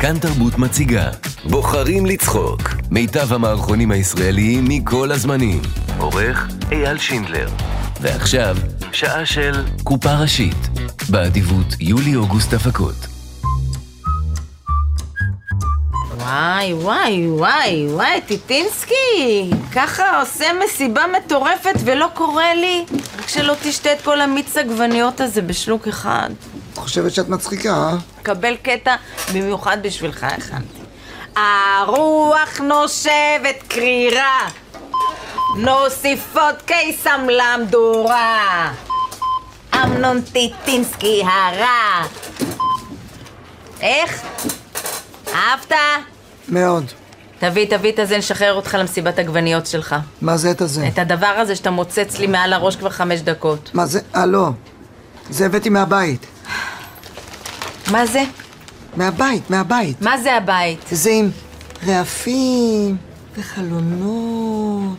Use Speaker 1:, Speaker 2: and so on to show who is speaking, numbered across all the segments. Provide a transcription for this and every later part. Speaker 1: כאן תרבות מציגה בוחרים לצחוק מיטב המערכונים הישראליים מכל הזמנים עורך אייל שינדלר ועכשיו שעה של קופה ראשית באדיבות יולי-אוגוסט הפקות
Speaker 2: וואי, וואי, וואי, וואי, טיטינסקי, ככה עושה מסיבה מטורפת ולא קורה לי? רק שלא תשתה את כל המיץ עגבניות הזה בשלוק אחד.
Speaker 3: את חושבת שאת מצחיקה, אה?
Speaker 2: קבל קטע במיוחד בשבילך הכנתי. הרוח נושבת קרירה, נוסיפות קיסם למדורה. אמנון טיטינסקי הרע. איך? אהבת?
Speaker 3: מאוד.
Speaker 2: תביא, תביא את הזה, נשחרר אותך למסיבת עגבניות שלך.
Speaker 3: מה זה את הזה?
Speaker 2: את הדבר הזה שאתה מוצץ לי מעל הראש כבר חמש דקות.
Speaker 3: מה זה? אה, לא. זה הבאתי מהבית.
Speaker 2: מה זה?
Speaker 3: מהבית, מהבית.
Speaker 2: מה זה הבית?
Speaker 3: זה עם רעפים וחלונות.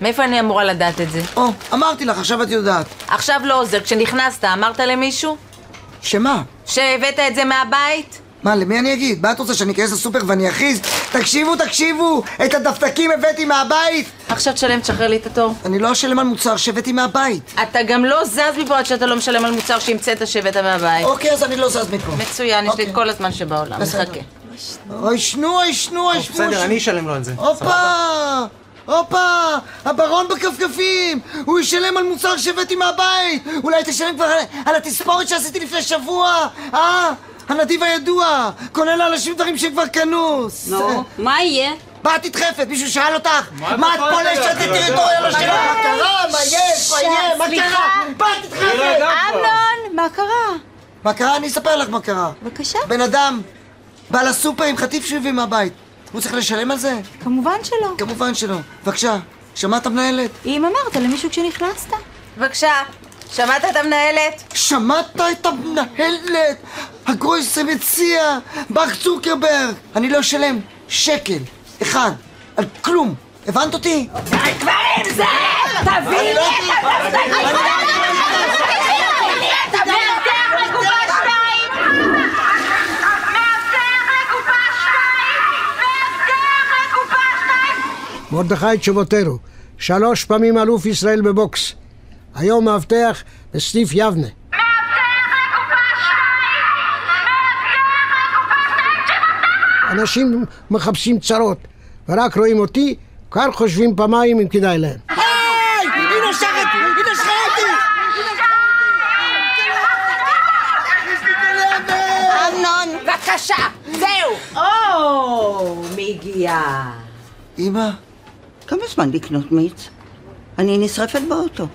Speaker 2: מאיפה אני אמורה לדעת את זה?
Speaker 3: או, אמרתי לך, עכשיו את יודעת.
Speaker 2: עכשיו לא עוזר. כשנכנסת, אמרת למישהו?
Speaker 3: שמה?
Speaker 2: שהבאת את זה מהבית?
Speaker 3: מה, למי אני אגיד? מה את רוצה, שאני אכנס לסופר ואני אכריז? תקשיבו, תקשיבו! את הדפדקים הבאתי מהבית!
Speaker 2: עכשיו תשלם, תשחרר לי את התור.
Speaker 3: אני לא אשלם על מוצר שהבאתי מהבית.
Speaker 2: אתה גם לא זז מפה עד שאתה לא משלם על מוצר שהמצאת שהבאת מהבית.
Speaker 3: אוקיי, אז אני לא זז מפה.
Speaker 2: מצוין, יש לי את
Speaker 3: אוקיי.
Speaker 2: כל הזמן שבעולם.
Speaker 3: בסדר.
Speaker 2: נחכה.
Speaker 3: אוי, שנו, אוי, שנו, אוי, שנו.
Speaker 4: בסדר,
Speaker 3: שנו.
Speaker 4: אני אשלם לו על זה.
Speaker 3: הופה! הופה! הברון בכפכפים! הוא ישלם על מוצר שהבאתי מהבית! אולי תשלם כבר על, על התספורת שעשיתי לפני שבוע! אה? הנדיב הידוע! קונה לאנשים דברים שהם כבר קנו!
Speaker 5: נו, מה יהיה?
Speaker 3: באת נדחפת, מישהו שאל אותך? מה את פולשת לטריטוריה לא שלך? מה קרה? מה יש? מה יהיה? מה קרה? באת נדחפת!
Speaker 5: אמנון, מה קרה?
Speaker 3: מה קרה? אני אספר לך מה קרה.
Speaker 5: בבקשה.
Speaker 3: בן אדם בא לסופר עם חטיף שהוא הביא מהבית. הוא צריך לשלם על זה?
Speaker 5: כמובן שלא.
Speaker 3: כמובן שלא. בבקשה, שמעת מנהלת?
Speaker 5: אם אמרת למישהו כשנכנסת.
Speaker 2: בבקשה, שמעת את המנהלת?
Speaker 3: שמעת את המנהלת? הגרויסה מציע, ברק צוקרברג. אני לא אשלם שקל, אחד, על כלום. הבנת אותי?
Speaker 2: תביא
Speaker 6: לא
Speaker 2: לי!
Speaker 7: מרדכי צ'וboטרו, שלוש פעמים אלוף ישראל בבוקס. היום מאבטח בסניף יבנה. אנשים מחפשים צרות, ורק רואים אותי, כבר חושבים פעמיים אם כדאי להם.
Speaker 3: היי! היא נושכת! היא נושכת אותי!
Speaker 2: אמנון, בבקשה, זהו! או, מי הגיע?
Speaker 3: אמא,
Speaker 8: כמה זמן לקנות מיץ? אני נשרפת באוטו.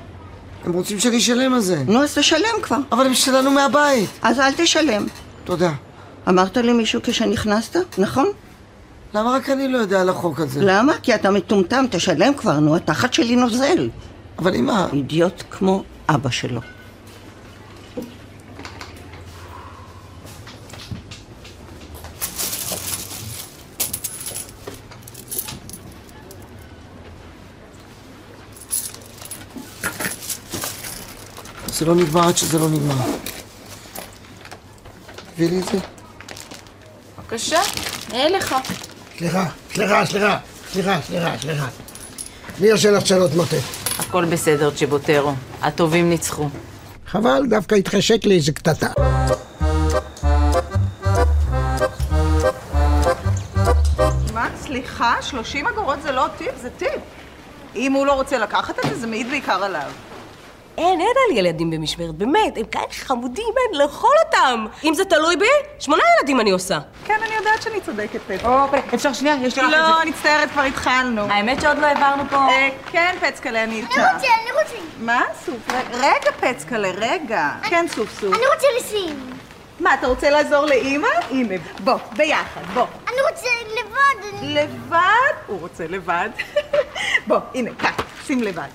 Speaker 3: הם רוצים שאני אשלם על זה.
Speaker 8: נו, אז תשלם כבר.
Speaker 3: אבל הם שלנו מהבית.
Speaker 8: אז אל תשלם.
Speaker 3: תודה.
Speaker 8: אמרת למישהו כשנכנסת, נכון?
Speaker 3: למה רק אני לא יודע על החוק הזה?
Speaker 8: למה? כי אתה מטומטם, תשלם כבר, נו, התחת שלי נוזל.
Speaker 3: אבל אמא,
Speaker 8: אידיוט כמו אבא שלו.
Speaker 3: זה לא נגמר עד שזה לא נגמר. תביא לי את זה.
Speaker 2: בבקשה, אה לך.
Speaker 7: סליחה, סליחה, סליחה, סליחה, סליחה, סליחה. מי עושה לך צרות מוטה?
Speaker 2: הכל בסדר, צ'יבוטרו. הטובים ניצחו.
Speaker 7: חבל, דווקא התחשק לי איזה קטטה.
Speaker 9: מה? סליחה, 30 אגורות זה לא טיפ, זה טיפ. אם הוא לא רוצה לקחת את זה, זה מעיד בעיקר עליו.
Speaker 10: אין, אין על ילדים במשמרת, באמת, הם כאלה חמודים, אין, לאכול אותם! אם זה תלוי בי, שמונה ילדים אני עושה.
Speaker 9: כן, אני יודעת שאני צודקת, פץ. או, אפשר שנייה? יש לי לא, אני מצטערת, כבר התחלנו.
Speaker 2: האמת שעוד לא העברנו פה...
Speaker 9: אה, כן, פצקלה, אני איתך.
Speaker 11: אני רוצה, אני רוצה.
Speaker 9: מה, סוף? ר- רגע, פצקלה, רגע. כן, סוף סוף.
Speaker 11: אני רוצה לשים.
Speaker 9: מה, אתה רוצה לעזור לאימא? הנה, בוא, ביחד, בוא.
Speaker 11: אני רוצה לבד. אני-
Speaker 9: לבד? הוא רוצה לבד. בוא, הנה, כך, שים לבד.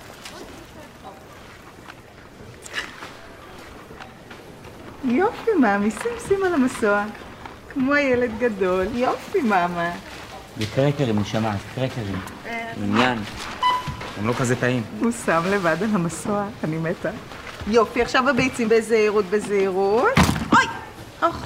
Speaker 9: יופי, מאמי, שים שים על המסוע. כמו ילד גדול. יופי, מאמה.
Speaker 12: זה קרקרים, הוא שמע, זה קרקרים.
Speaker 9: אה.
Speaker 12: עניין. הם לא כזה טעים.
Speaker 9: הוא שם לבד על המסוע, אני מתה. יופי, עכשיו הביצים בזהירות, בזהירות. אוי! אוח,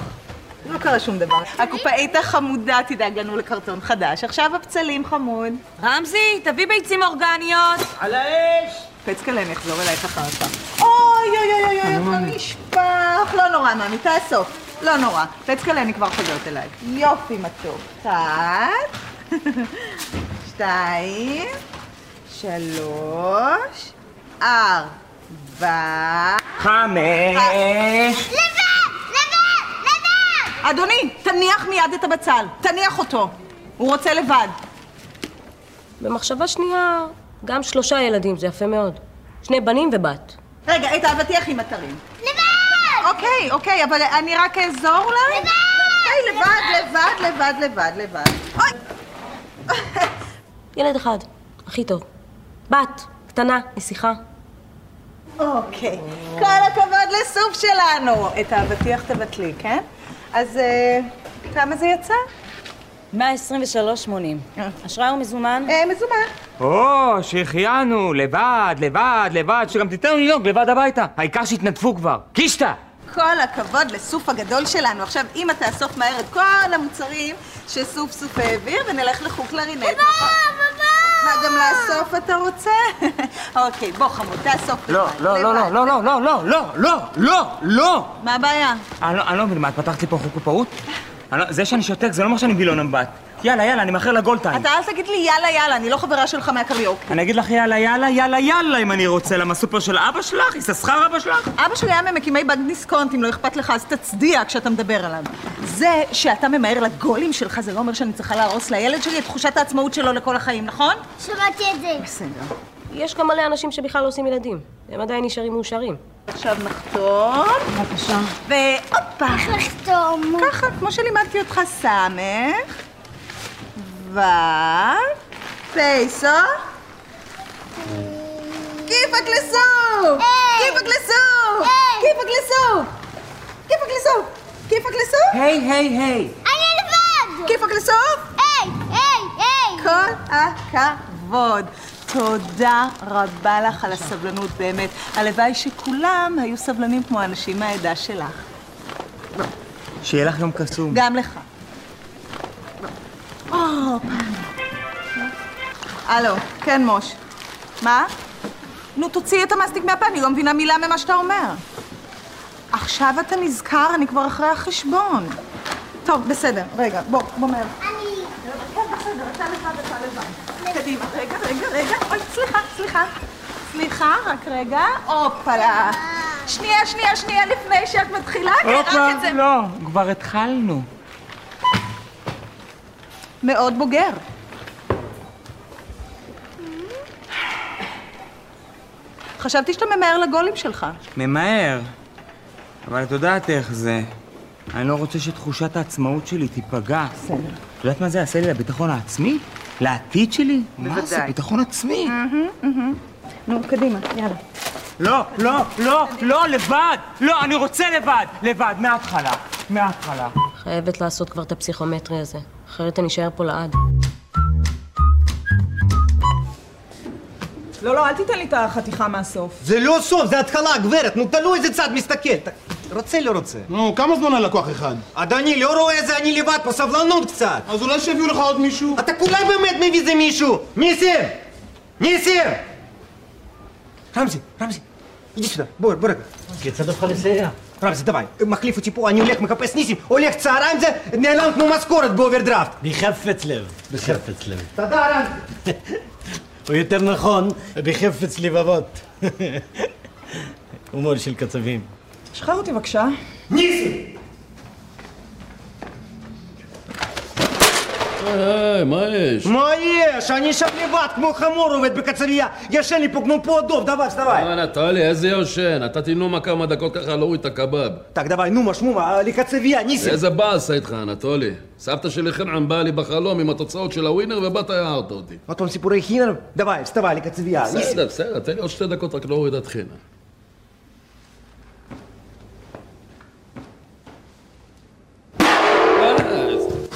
Speaker 9: לא קרה שום דבר. הקופאית החמודה תדאג לנו לקרטון חדש. עכשיו הבצלים חמוד.
Speaker 10: רמזי, תביא ביצים אורגניות.
Speaker 9: על האש! פצקלם יחזור אלייך אחר כך. אוי אוי אוי אוי, הכל נשפך. לא נורא, מאמי, תאסוף. לא נורא. פצקלם, אני כבר חוזרת אלייך. יופי, מתוק. אחת, שתיים, שלוש, ארבע...
Speaker 12: חמש!
Speaker 9: אדוני, תניח מיד את הבצל. תניח אותו. הוא רוצה לבד.
Speaker 10: במחשבה שנייה, גם שלושה ילדים, זה יפה מאוד. שני בנים ובת.
Speaker 9: רגע, את האבטיח עם התרים. לבד! אוקיי, אוקיי, אבל אני רק אעזור אולי? לבד! אוקיי, לבד, לבד, לבד, לבד, לבד. אוי!
Speaker 10: ילד אחד, הכי טוב. בת, קטנה, נסיכה.
Speaker 9: אוקיי. כל הכבוד לסוף שלנו. את האבטיח תבטלי, כן? אז אה, כמה זה יצא? אה.
Speaker 4: 123.80. אשראי או מזומן?
Speaker 9: מזומן.
Speaker 12: או, שהחיינו, לבד, לבד, לבד, שגם תיתן לנהוג לבד הביתה. העיקר שהתנדפו כבר. קישטה!
Speaker 9: כל הכבוד לסוף הגדול שלנו. עכשיו, אמא תאסוף מהר את כל המוצרים שסוף סוף העביר, ונלך לחוג קלרינט. בבא, בבא! מה, גם לאסוף אתה רוצה? אוקיי, בוא חמוד, תאסוף.
Speaker 12: לא, לא, לא, לא, לא, לא, לא, לא, לא, לא, לא, לא!
Speaker 9: מה הבעיה?
Speaker 12: אני לא- אני לא מבין, מה, את פתחת לי פה חוק ופעות? אני לא- זה שאני שותק זה לא אומר שאני וילון אמבט. יאללה, יאללה, אני מאחר לגול טיים.
Speaker 9: אתה אל תגיד לי יאללה יאללה, אני לא חברה שלך מהקריוקי.
Speaker 12: אני אגיד לך יאללה, יאללה, יאללה, יאללה, אם אני רוצה, למה סופר של אבא שלך? יששכר אבא שלך?
Speaker 9: אבא שלי היה ממקימי בנק דיסקונט, אם לא אכפת לך, אז תצדיע כשאתה מדבר עליו. זה שאתה ממהר לגולים שלך, זה לא אומר שאני צריכה להרוס לילד שלי את תחושת העצמאות שלו לכל החיים, נכון?
Speaker 11: שמעתי את זה.
Speaker 9: בסדר.
Speaker 10: יש גם מלא אנשים שבכלל לא עושים ילדים. הם עדיין נשארים מאושרים.
Speaker 9: עכשיו נחתום. בבקשה. והופה. איך
Speaker 11: לחתום?
Speaker 9: ככה, כמו שלימדתי אותך, סמך. ו... פייסו. כיפק לסוף! כיפק לסוף! כיפק לסוף! כיפק לסוף! כיפק לסוף!
Speaker 12: היי, היי, היי.
Speaker 11: אני לבד!
Speaker 9: כיפק לסוף!
Speaker 11: היי, היי, היי!
Speaker 9: כל הכבוד. תודה רבה לך על הסבלנות, באמת. הלוואי שכולם היו סבלנים כמו האנשים מהעדה שלך.
Speaker 12: שיהיה לך יום קסום.
Speaker 9: גם לך. או, הלו, כן, מוש. מה? נו, תוציאי את המסטיק מהפה, אני לא מבינה מילה ממה שאתה אומר. עכשיו אתה נזכר, אני כבר אחרי החשבון. טוב, בסדר, רגע, בוא, בוא מהר.
Speaker 11: אני...
Speaker 9: כן, בסדר, אתה לבד, אתה לבד. קדימה, רגע, רגע, רגע. אוי, סליחה, סליחה. סליחה, רק רגע. הופלה. שנייה, שנייה, שנייה, לפני שאת מתחילה, כי רק את זה.
Speaker 12: לא, כבר התחלנו.
Speaker 9: מאוד בוגר. חשבתי שאתה ממהר לגולים שלך.
Speaker 12: ממהר. אבל את יודעת איך זה. אני לא רוצה שתחושת העצמאות שלי תיפגע. בסדר. את יודעת מה זה יעשה לי לביטחון העצמי? לעתיד שלי? מה זה?
Speaker 9: בוודאי.
Speaker 12: ביטחון עצמי.
Speaker 9: מהמם, מהמם. נו, קדימה, יאללה.
Speaker 12: לא, לא, לא, לא, לבד! לא, אני רוצה לבד! לבד, מההתחלה. מההתחלה.
Speaker 10: חייבת לעשות כבר את הפסיכומטרי הזה, אחרת אני אשאר פה לעד.
Speaker 13: לא, לא, אל תיתן לי את החתיכה מהסוף.
Speaker 6: זה לא סוף, זה התחלה, גברת, נו תלוי איזה צד מסתכל. ת- רוצה, לא רוצה. נו, כמה זמן על לקוח אחד? אדוני, לא רואה איזה אני לבד פה, סבלנות קצת. אז אולי שיביאו לך עוד מישהו? אתה כולה באמת מביא איזה מישהו! ניסים! ניסים! רמזי, רמזי, иди сюда, בוא, בוא רגע. כיצד אותך לסייע? רמזי, די, מחליף אותי פה, אני הולך מחפש ניסים, הולך צהריים זה נעלם כמו משכורת באוברדרפט.
Speaker 14: בחפץ לב, בחפץ לב.
Speaker 6: תודה רמזי.
Speaker 14: או יותר נכון, בחפץ לבבות. הומור של קצבים.
Speaker 13: שחרר אותי בבקשה.
Speaker 6: ניסי!
Speaker 15: היי, מה יש?
Speaker 6: מה יש? אני שם לבד כמו חמור עובד בקצריה, ישן לי פה כמו פה דוב, דבר, דבר.
Speaker 15: אה, נטלי, איזה יושן? נתתי נומה כמה דקות ככה להוריד את הקבב.
Speaker 6: Так, давай, ну, משמומה, לקצביה, ניסים.
Speaker 15: איזה באסה איתך, אנטולי. סבתא שלי חנעם באה לי בחלום עם התוצאות של הווינר ובאת הערת אותי.
Speaker 6: עוד פעם סיפורי חינר? דבר, סתבר, לקצביה, ניסים.
Speaker 15: בסדר, בסדר, תן לי עוד שתי דקות רק לא להוריד את חינם.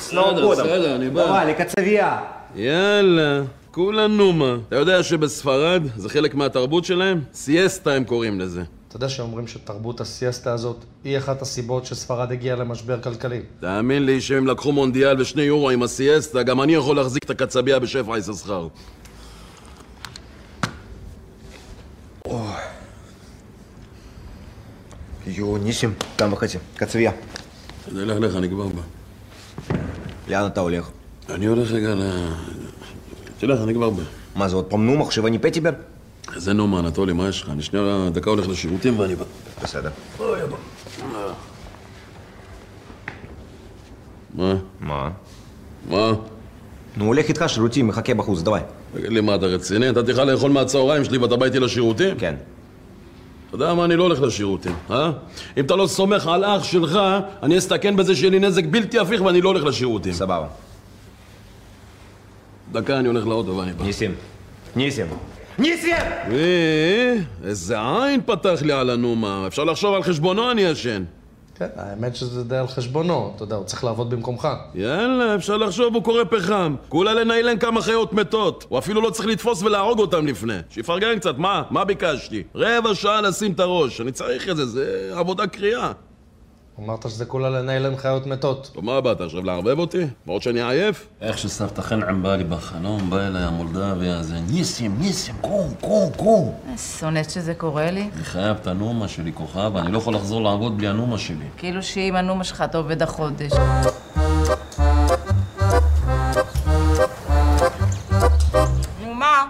Speaker 6: Слава
Speaker 15: בסדר, בסדר, אני בא.
Speaker 6: давай, לקצביה.
Speaker 15: יאללה, כולה נומה. אתה יודע שבספרד זה חלק מהתרבות שלהם? סיאסטה הם קוראים לזה. אתה
Speaker 16: יודע שאומרים שתרבות הסיאסטה הזאת היא אחת הסיבות שספרד הגיעה למשבר כלכלי.
Speaker 15: תאמין לי שאם לקחו מונדיאל ושני יורו עם הסיאסטה, גם אני יכול להחזיק את הקצבייה בשפע יששכר.
Speaker 17: יואו, ניסים, טעם וחצי. קצבייה.
Speaker 15: תלך לך, אני כבר בא.
Speaker 17: לאן אתה הולך?
Speaker 15: אני הולך רגע ל... תלך, אני כבר בא.
Speaker 17: מה זה, עוד פעם נום עכשיו אני פטיבר?
Speaker 15: זה נום, אנטולי, מה יש לך? אני שנייה דקה הולך לשירותים ואני בא.
Speaker 17: בסדר.
Speaker 15: אוי, אבא. מה?
Speaker 17: מה?
Speaker 15: מה?
Speaker 17: נו, הולך איתך שירותים, מחכה בחוץ, דוואי.
Speaker 15: תגיד לי, מה, אתה רציני? אתה תוכל לאכול מהצהריים שלי ואתה בא איתי לשירותים?
Speaker 17: כן.
Speaker 15: אתה יודע מה, אני לא הולך לשירותים, אה? אם אתה לא סומך על אח שלך, אני אסתכן בזה שיהיה לי נזק בלתי הפיך ואני לא הולך לשירותים.
Speaker 17: סבבה.
Speaker 15: דקה, אני הולך לאוטו ואני בא.
Speaker 17: ניסים. ניסים.
Speaker 15: ניסים! אה, איזה עין פתח לי על הנומה. אפשר לחשוב על חשבונו אני ישן.
Speaker 16: כן, האמת שזה די על חשבונו, אתה יודע, הוא צריך לעבוד במקומך.
Speaker 15: יאללה, אפשר לחשוב, הוא קורא פחם. כולה לניילן כמה חיות מתות. הוא אפילו לא צריך לתפוס ולהרוג אותם לפני. שיפרגן קצת, מה? מה ביקשתי? רבע שעה לשים את הראש. אני צריך את זה, זה עבודה קריאה.
Speaker 16: אמרת שזה כולה לניילן חיות מתות.
Speaker 15: טוב, מה באת עכשיו לערבב אותי? עוד שאני עייף? איך שסבתא חן עמבה לי בחלום, בא אליי המולדבי הזה, ניסים, ניסים, קום, קום, קום.
Speaker 2: אה, שונאת שזה קורה לי.
Speaker 15: אני חייב את הנומה שלי, כוכב, אני לא יכול לחזור לעבוד בלי הנומה שלי.
Speaker 2: כאילו שאם הנומה שלך אתה עובד החודש.
Speaker 4: נו מה?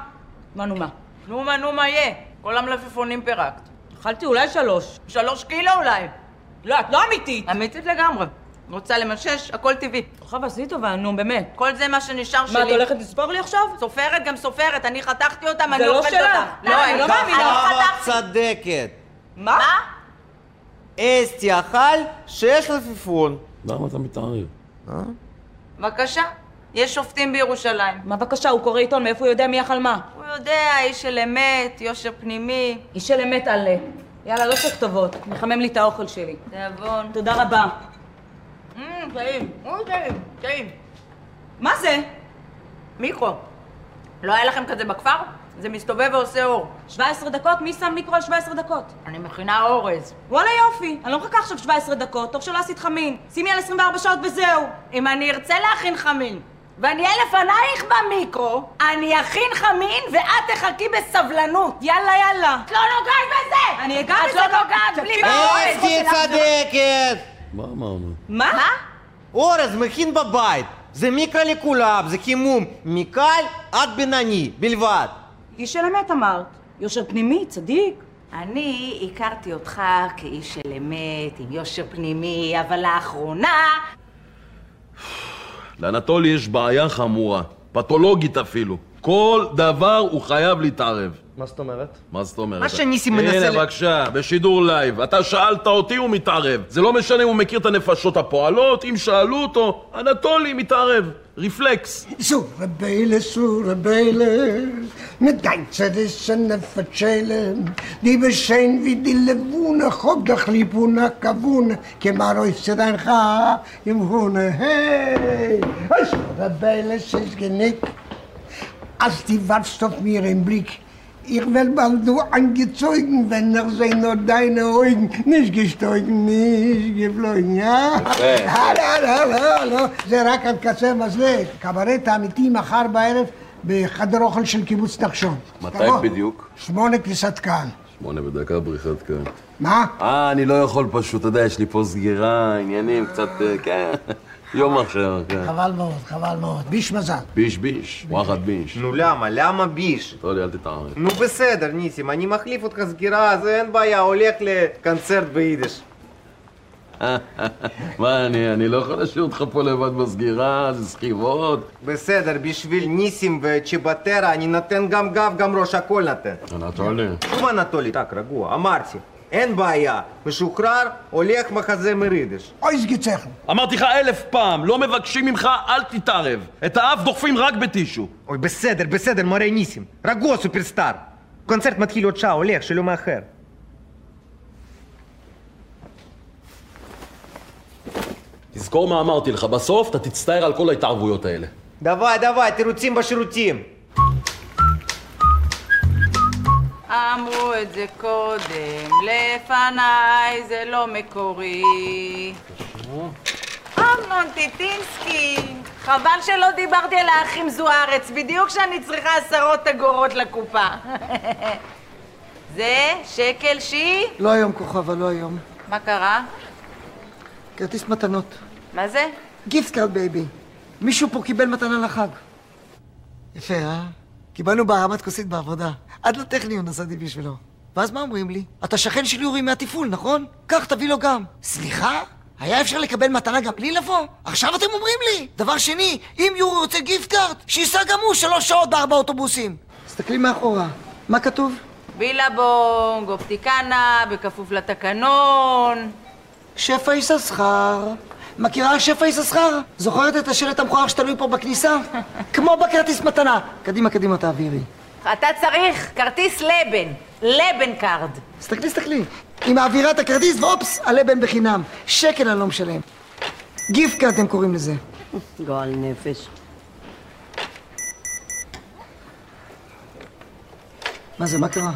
Speaker 4: מה נו מה?
Speaker 2: נו מה, נו מה יהיה? כל המלפפונים פירקת.
Speaker 4: אכלתי אולי שלוש.
Speaker 2: שלוש קילו אולי.
Speaker 4: לא, את לא אמיתית.
Speaker 2: אמיתית לגמרי. רוצה למשש, הכל טבעי.
Speaker 4: חווה, עשי טובה, נו, באמת.
Speaker 2: כל זה מה שנשאר שלי.
Speaker 4: מה, את הולכת לספור לי עכשיו?
Speaker 2: סופרת גם סופרת, אני חתכתי אותם,
Speaker 4: זה
Speaker 2: אני
Speaker 4: לא
Speaker 2: אוכלת
Speaker 4: שלה.
Speaker 2: אותם.
Speaker 4: לא, אני לא מאמינה.
Speaker 2: אני
Speaker 18: חווה
Speaker 2: חתכתי.
Speaker 18: צדקת.
Speaker 4: מה?
Speaker 18: אסתי אכל שש לפיפון.
Speaker 15: למה אתה מתערב?
Speaker 18: אה?
Speaker 2: בבקשה, יש שופטים בירושלים.
Speaker 4: מה בבקשה, הוא קורא עיתון, מאיפה הוא יודע מי אכל מה?
Speaker 2: הוא יודע, איש של אמת, יושר פנימי.
Speaker 4: איש של אמת על... יאללה, לא צריך כתובות. מחמם לי את האוכל שלי.
Speaker 2: תיאבון.
Speaker 4: תודה רבה.
Speaker 2: אמ, טעים. אוי, טעים, טעים.
Speaker 4: מה זה?
Speaker 2: מיקרו. לא היה לכם כזה בכפר? זה מסתובב ועושה אור.
Speaker 4: 17 דקות? מי שם מיקרו על 17 דקות?
Speaker 2: אני מכינה אורז.
Speaker 4: וואלה יופי, אני לא מחכה עכשיו 17 דקות, טוב שלא עשית חמין. שימי על 24 שעות וזהו.
Speaker 2: אם אני ארצה להכין חמין, ואני אהיה לפנייך במיקרו, אני אכין חמין ואת תחכי בסבלנות.
Speaker 4: יאללה, יאללה.
Speaker 2: את לא נוגעת בזה!
Speaker 4: אני אגע
Speaker 2: את
Speaker 4: בזה.
Speaker 2: לא נוגעת בלי
Speaker 18: אה,
Speaker 2: באורז!
Speaker 18: אסתי צדקת!
Speaker 15: מה אמרנו?
Speaker 4: מה?
Speaker 18: אורז מכין בבית. זה מיקרו לכולם, זה חימום מקל עד בינוני בלבד.
Speaker 4: איש של אמת אמרת. יושר פנימי, צדיק.
Speaker 2: אני הכרתי אותך כאיש של אמת, עם יושר פנימי, אבל לאחרונה...
Speaker 15: לאנטולי יש בעיה חמורה, פתולוגית אפילו. כל דבר הוא חייב להתערב.
Speaker 16: מה זאת אומרת?
Speaker 15: מה זאת אומרת?
Speaker 16: מה שניסים מנסה
Speaker 15: הנה,
Speaker 16: ל-
Speaker 15: בבקשה, בשידור לייב. אתה שאלת אותי, הוא מתערב. זה לא משנה אם הוא מכיר את הנפשות הפועלות, אם שאלו אותו, אנטולי מתערב. רפלקס.
Speaker 7: Sura Bela, Sura Bela, mit ganzer Sonne verzählen, die beschein wie die Lewune, hob doch Libuna Kavune, kemar euch zu dein Ha im Hune, hey! Sura Bela, es ist genick, als die warfst auf mir im Blick, ich werd bald du angezogen, wenn noch sehen nur deine Augen, nicht gestoigen, nicht geflogen, ja?
Speaker 19: יפה.
Speaker 7: לא, לא, לא, לא, זה רק על קצה מזלג. קברט האמיתי מחר בערב בחדר אוכל של קיבוץ נחשון.
Speaker 15: מתי
Speaker 7: תבוא.
Speaker 15: בדיוק?
Speaker 7: שמונה כניסת קהל.
Speaker 15: שמונה בדקה בריחת כאן.
Speaker 7: מה?
Speaker 15: אה, אני לא יכול פשוט, אתה יודע, יש לי פה סגירה, עניינים, קצת, אה, כן. יום אחר, כן.
Speaker 7: חבל מאוד, חבל מאוד. ביש מזל.
Speaker 15: ביש ביש, וואחד ביש.
Speaker 18: נו למה? למה ביש?
Speaker 15: אנטולי, אל תתערב.
Speaker 18: נו בסדר, ניסים, אני מחליף אותך סגירה, אז אין בעיה, הולך לקונצרט ביידיש.
Speaker 15: מה, אני אני לא יכול להשאיר אותך פה לבד בסגירה, זה סחיבות.
Speaker 18: בסדר, בשביל ניסים וצ'יבטרה אני נותן גם גב, גם ראש, הכל נותן.
Speaker 15: אנטולי.
Speaker 18: שוב אנטולי, טק, רגוע, אמרתי. אין בעיה, משוחרר, הולך מחזה מרידיש.
Speaker 7: אוי, זגיצכם.
Speaker 15: אמרתי לך אלף פעם, לא מבקשים ממך, אל תתערב. את האף דוחפים רק בטישו.
Speaker 18: אוי, בסדר, בסדר, מורה ניסים. רגוע, סופרסטאר. קונצרט מתחיל עוד שעה, הולך, שלא מאחר.
Speaker 15: תזכור מה אמרתי לך, בסוף אתה תצטער על כל ההתערבויות האלה.
Speaker 18: דוואי, דוואי, תירוצים בשירותים.
Speaker 2: אמרו את זה קודם, לפניי זה לא מקורי. אמנון טיטינסקי, חבל שלא דיברתי על האחים זוארץ, בדיוק כשאני צריכה עשרות אגורות לקופה. זה שקל שי?
Speaker 3: לא היום, כוכבה, לא היום.
Speaker 2: מה קרה?
Speaker 3: כרטיס מתנות.
Speaker 2: מה זה?
Speaker 3: גיפט קארד בייבי. מישהו פה קיבל מתנה לחג. יפה, אה? קיבלנו בהרמת כוסית בעבודה. עד לטכניון נסעתי בשבילו. ואז מה אומרים לי? אתה שכן של יורי מהתפעול, נכון? קח, תביא לו גם. סליחה? היה אפשר לקבל מתנה גם בלי לבוא? עכשיו אתם אומרים לי! דבר שני, אם יורי רוצה גיפט קארד, שייסע גם הוא שלוש שעות בארבע אוטובוסים. תסתכלי מאחורה. מה כתוב?
Speaker 2: בילבונג, אופטיקנה, בכפוף לתקנון.
Speaker 3: שפע יששכר. מכירה שפע יששכר? זוכרת את השלט המכוער שתלוי פה בכניסה? כמו בכרטיס מתנה. קדימה, קדימה, תעבירי.
Speaker 2: אתה צריך כרטיס לבן, לבן קארד.
Speaker 3: תסתכלי, תסתכלי. היא מעבירה את הכרטיס, והופס, הלבן בחינם. שקל אני לא משלם. גיפקה אתם קוראים לזה.
Speaker 8: גועל נפש.
Speaker 3: מה זה, מה קרה?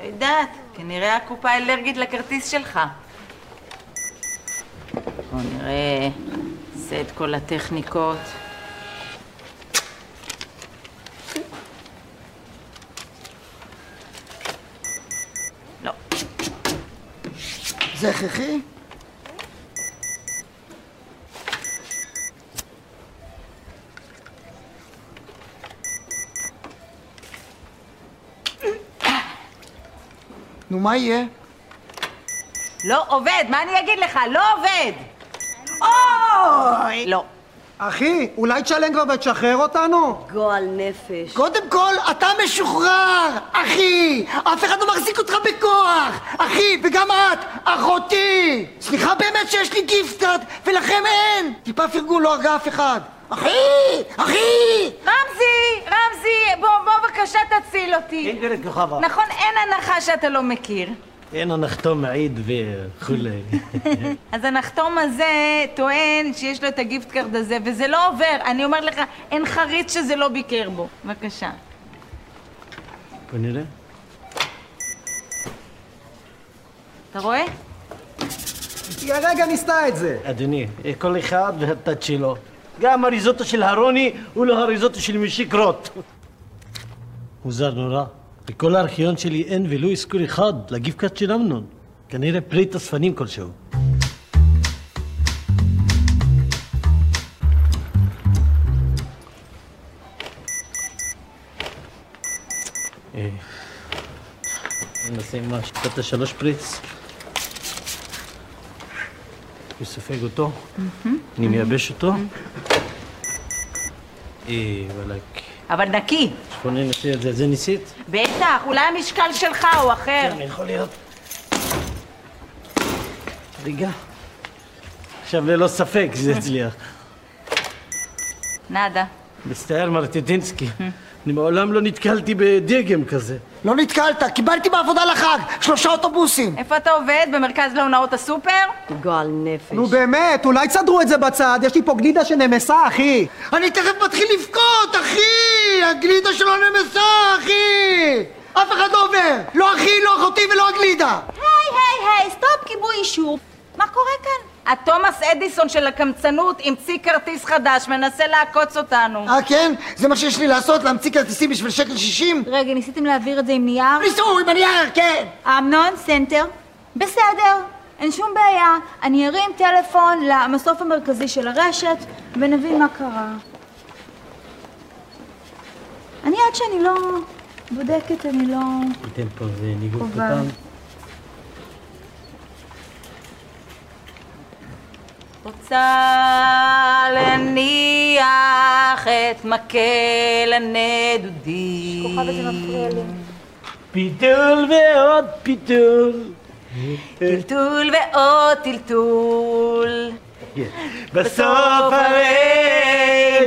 Speaker 2: לא יודעת, כנראה הקופה אלרגית לכרטיס שלך. בוא נראה, זה את כל הטכניקות.
Speaker 3: זה הכרחי? נו, מה יהיה?
Speaker 2: לא עובד, מה אני אגיד לך? לא עובד!
Speaker 6: אוי!
Speaker 2: לא.
Speaker 6: אחי, אולי תשלם כבר ותשחרר אותנו?
Speaker 8: גועל נפש.
Speaker 3: קודם כל, אתה משוחרר, אחי! אף אחד לא מחזיק אותך בכוח! אחי, וגם את, אחותי! סליחה באמת שיש לי גיפסטארט, ולכם אין! טיפה פרגון לא הרגה אף אחד. אחי! אחי!
Speaker 2: רמזי, רמזי, בוא, בוא בבקשה תציל אותי.
Speaker 14: כן, גברת כוכבה.
Speaker 2: נכון, אין הנחה שאתה לא מכיר.
Speaker 14: אין הנחתום מעיד וכולי.
Speaker 2: אז הנחתום הזה טוען שיש לו את הגיפט קארד הזה, וזה לא עובר. אני אומרת לך, אין חריץ שזה לא ביקר בו. בבקשה.
Speaker 14: בוא נראה.
Speaker 2: אתה רואה?
Speaker 6: היא הרגע ניסתה את זה.
Speaker 14: אדוני, כל אחד והתת שלו. גם הריזוטו של הרוני הוא לא הריזוטו של משיק רוט. מוזר נורא. בכל הארכיון שלי אין ולו אזכור אחד לגיפקת של אמנון. כנראה פרי תוספנים כלשהו. אה, נעשה עם השיטת השלוש פריץ. אני סופג אותו, אני מייבש אותו. אה, וואלכ.
Speaker 2: אבל נקי.
Speaker 14: בוא ננסה את זה, זה ניסית?
Speaker 2: בטח, אולי המשקל שלך הוא אחר. כן,
Speaker 14: יכול להיות. רגע. עכשיו ללא ספק זה יצליח.
Speaker 2: נאדה.
Speaker 14: מצטער, מר טיטינסקי. אני מעולם לא נתקלתי בדגם כזה.
Speaker 3: לא נתקלת, קיבלתי בעבודה לחג! שלושה אוטובוסים!
Speaker 2: איפה אתה עובד? במרכז להונאות הסופר?
Speaker 8: גועל נפש.
Speaker 6: נו באמת, אולי תסדרו את זה בצד, יש לי פה גלידה שנמסה, אחי.
Speaker 3: אני תכף מתחיל לבכות, אחי! הגלידה שלו נמסה, אחי! אף אחד לא עובר! לא אחי, לא אחותי ולא הגלידה!
Speaker 2: היי, היי, היי, סטופ כיבוי אישור. מה קורה כאן? התומאס אדיסון של הקמצנות המציא כרטיס חדש, מנסה לעקוץ אותנו.
Speaker 3: אה, כן? זה מה שיש לי לעשות? להמציא כרטיסים בשביל שקל שישים?
Speaker 5: רגע, ניסיתם להעביר את זה עם נייר?
Speaker 3: ניסו, עם הנייר, כן!
Speaker 5: אמנון, סנטר. בסדר, אין שום בעיה. אני ארים טלפון למסוף המרכזי של הרשת, ונבין מה קרה. אני עד שאני לא בודקת, אני לא...
Speaker 14: ניתן פה איזה ניגוד
Speaker 5: חובה.
Speaker 14: קטן.
Speaker 2: רוצה להניח את מקל הנדודים.
Speaker 14: פיתול ועוד פיתול.
Speaker 2: טלטול ועוד טלטול.
Speaker 14: בסוף הרי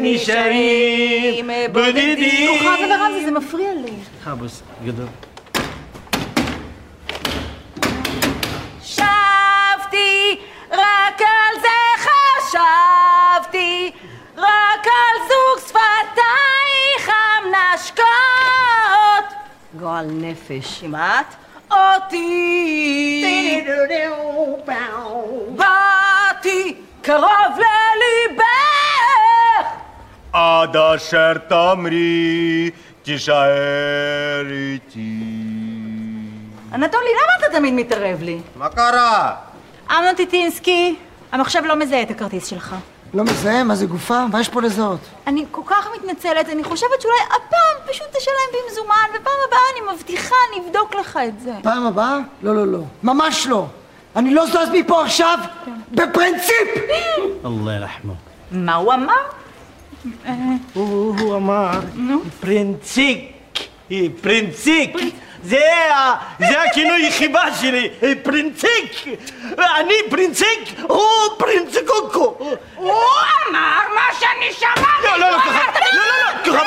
Speaker 14: נשארים בודדים.
Speaker 11: אוקיי.
Speaker 14: אוקיי.
Speaker 5: כוכב ורמזי, אוקיי, זה מפריע לי.
Speaker 14: חבוס גדול.
Speaker 2: שבתי, רק על זה חשבתי, רק על זוג שפתייך המנשקות.
Speaker 20: גועל נפש. שמעת? אותי! באתי קרוב לליבך!
Speaker 18: עד אשר תמריא, תישאר איתי.
Speaker 11: אנטולי, למה אתה תמיד מתערב לי?
Speaker 18: מה קרה?
Speaker 11: אמנון טיטינסקי, המחשב לא מזהה את הכרטיס שלך.
Speaker 3: לא מזהה, מה זה גופה? מה יש פה לזהות?
Speaker 11: אני כל כך מתנצלת, אני חושבת שאולי הפעם פשוט תשלם במזומן, ופעם הבאה אני מבטיחה, נבדוק לך את זה.
Speaker 3: פעם הבאה? לא, לא, לא. ממש לא. אני לא זז מפה עכשיו, בפרינציפ!
Speaker 6: אללה ירחמו.
Speaker 11: מה הוא אמר?
Speaker 6: הוא הוא אמר, פרינציק, היא פרינציק. זה ה- זה הכינוי חיבה שלי, היא פרינציק. אני פרינציק, הוא פרינציקוקו.
Speaker 21: הוא אמר מה שאני שמעתי!
Speaker 6: לא, לא, לא,
Speaker 21: הוא
Speaker 6: ככה,
Speaker 21: אמר,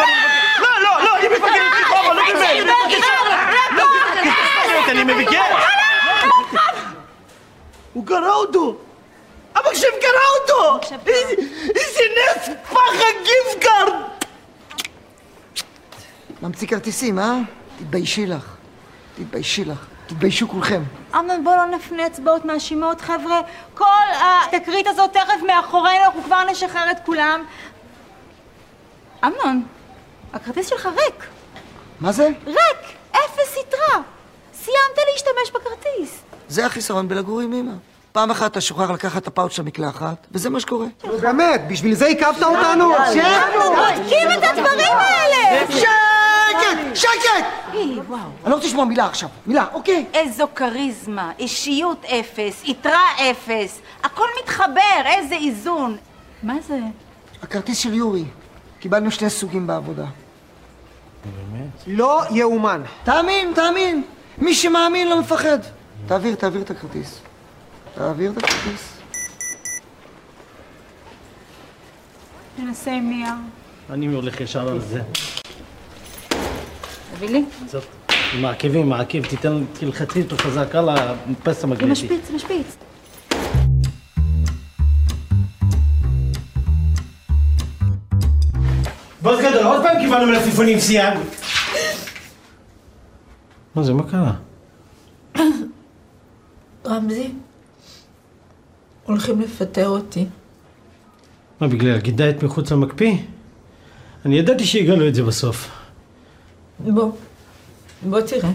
Speaker 6: לא, לא, לא, ככה, אבל אני מבקש. לא, לא, לא, אני מבקש את ככה, לא גברת, אני מבקש אותך. לא גברת, אני מבקש. הוא קרא אותו! המחשב קרא אותו! איזה איזה נס פח הגיפקארד!
Speaker 3: ממציא כרטיסים, אה? תתביישי לך. תתביישי לך. תתביישו כולכם.
Speaker 11: אמנון, בוא לא נפנה אצבעות מאשימות, חבר'ה. כל התקרית הזאת תכף מאחורינו, אנחנו כבר נשחרר את כולם. אמנון, הכרטיס שלך ריק.
Speaker 3: מה זה?
Speaker 11: ריק! אפס יתרה! סיימת להשתמש בכרטיס.
Speaker 3: זה החיסרון בלגור עם אמא. פעם אחת אתה שוכח לקחת את הפאוץ' של המקלחת, וזה מה שקורה.
Speaker 22: באמת, בשביל זה עיכבת אותנו?
Speaker 3: שקט!
Speaker 11: בודקים את הדברים האלה!
Speaker 3: שקט! שקט! אני לא רוצה לשמוע מילה עכשיו. מילה, אוקיי.
Speaker 2: איזו כריזמה, אישיות אפס, יתרה אפס, הכל מתחבר, איזה איזון.
Speaker 11: מה זה?
Speaker 3: הכרטיס של יורי. קיבלנו שני סוגים בעבודה.
Speaker 22: לא יאומן.
Speaker 3: תאמין, תאמין. מי שמאמין לא מפחד. תעביר, תעביר את הכרטיס. תעביר את הכרטיס.
Speaker 11: ננסה עם נייר.
Speaker 6: אני הולך ישר על זה.
Speaker 11: תביא לי.
Speaker 6: זאת, מעכבים, מעכב, תיתן, תלחצי אותו חזק על המדפס
Speaker 11: עם
Speaker 6: המגנטי.
Speaker 11: השפיץ, עם השפיץ.
Speaker 4: בוס גדול, עוד פעם קיבלנו מלפפונים, סיימנו.
Speaker 6: מה זה, מה קרה?
Speaker 23: רמזי, הולכים לפטר אותי.
Speaker 6: מה, בגלל הדיאט מחוץ למקפיא? אני ידעתי שהגענו את זה בסוף.
Speaker 23: בוא, בוא תראה.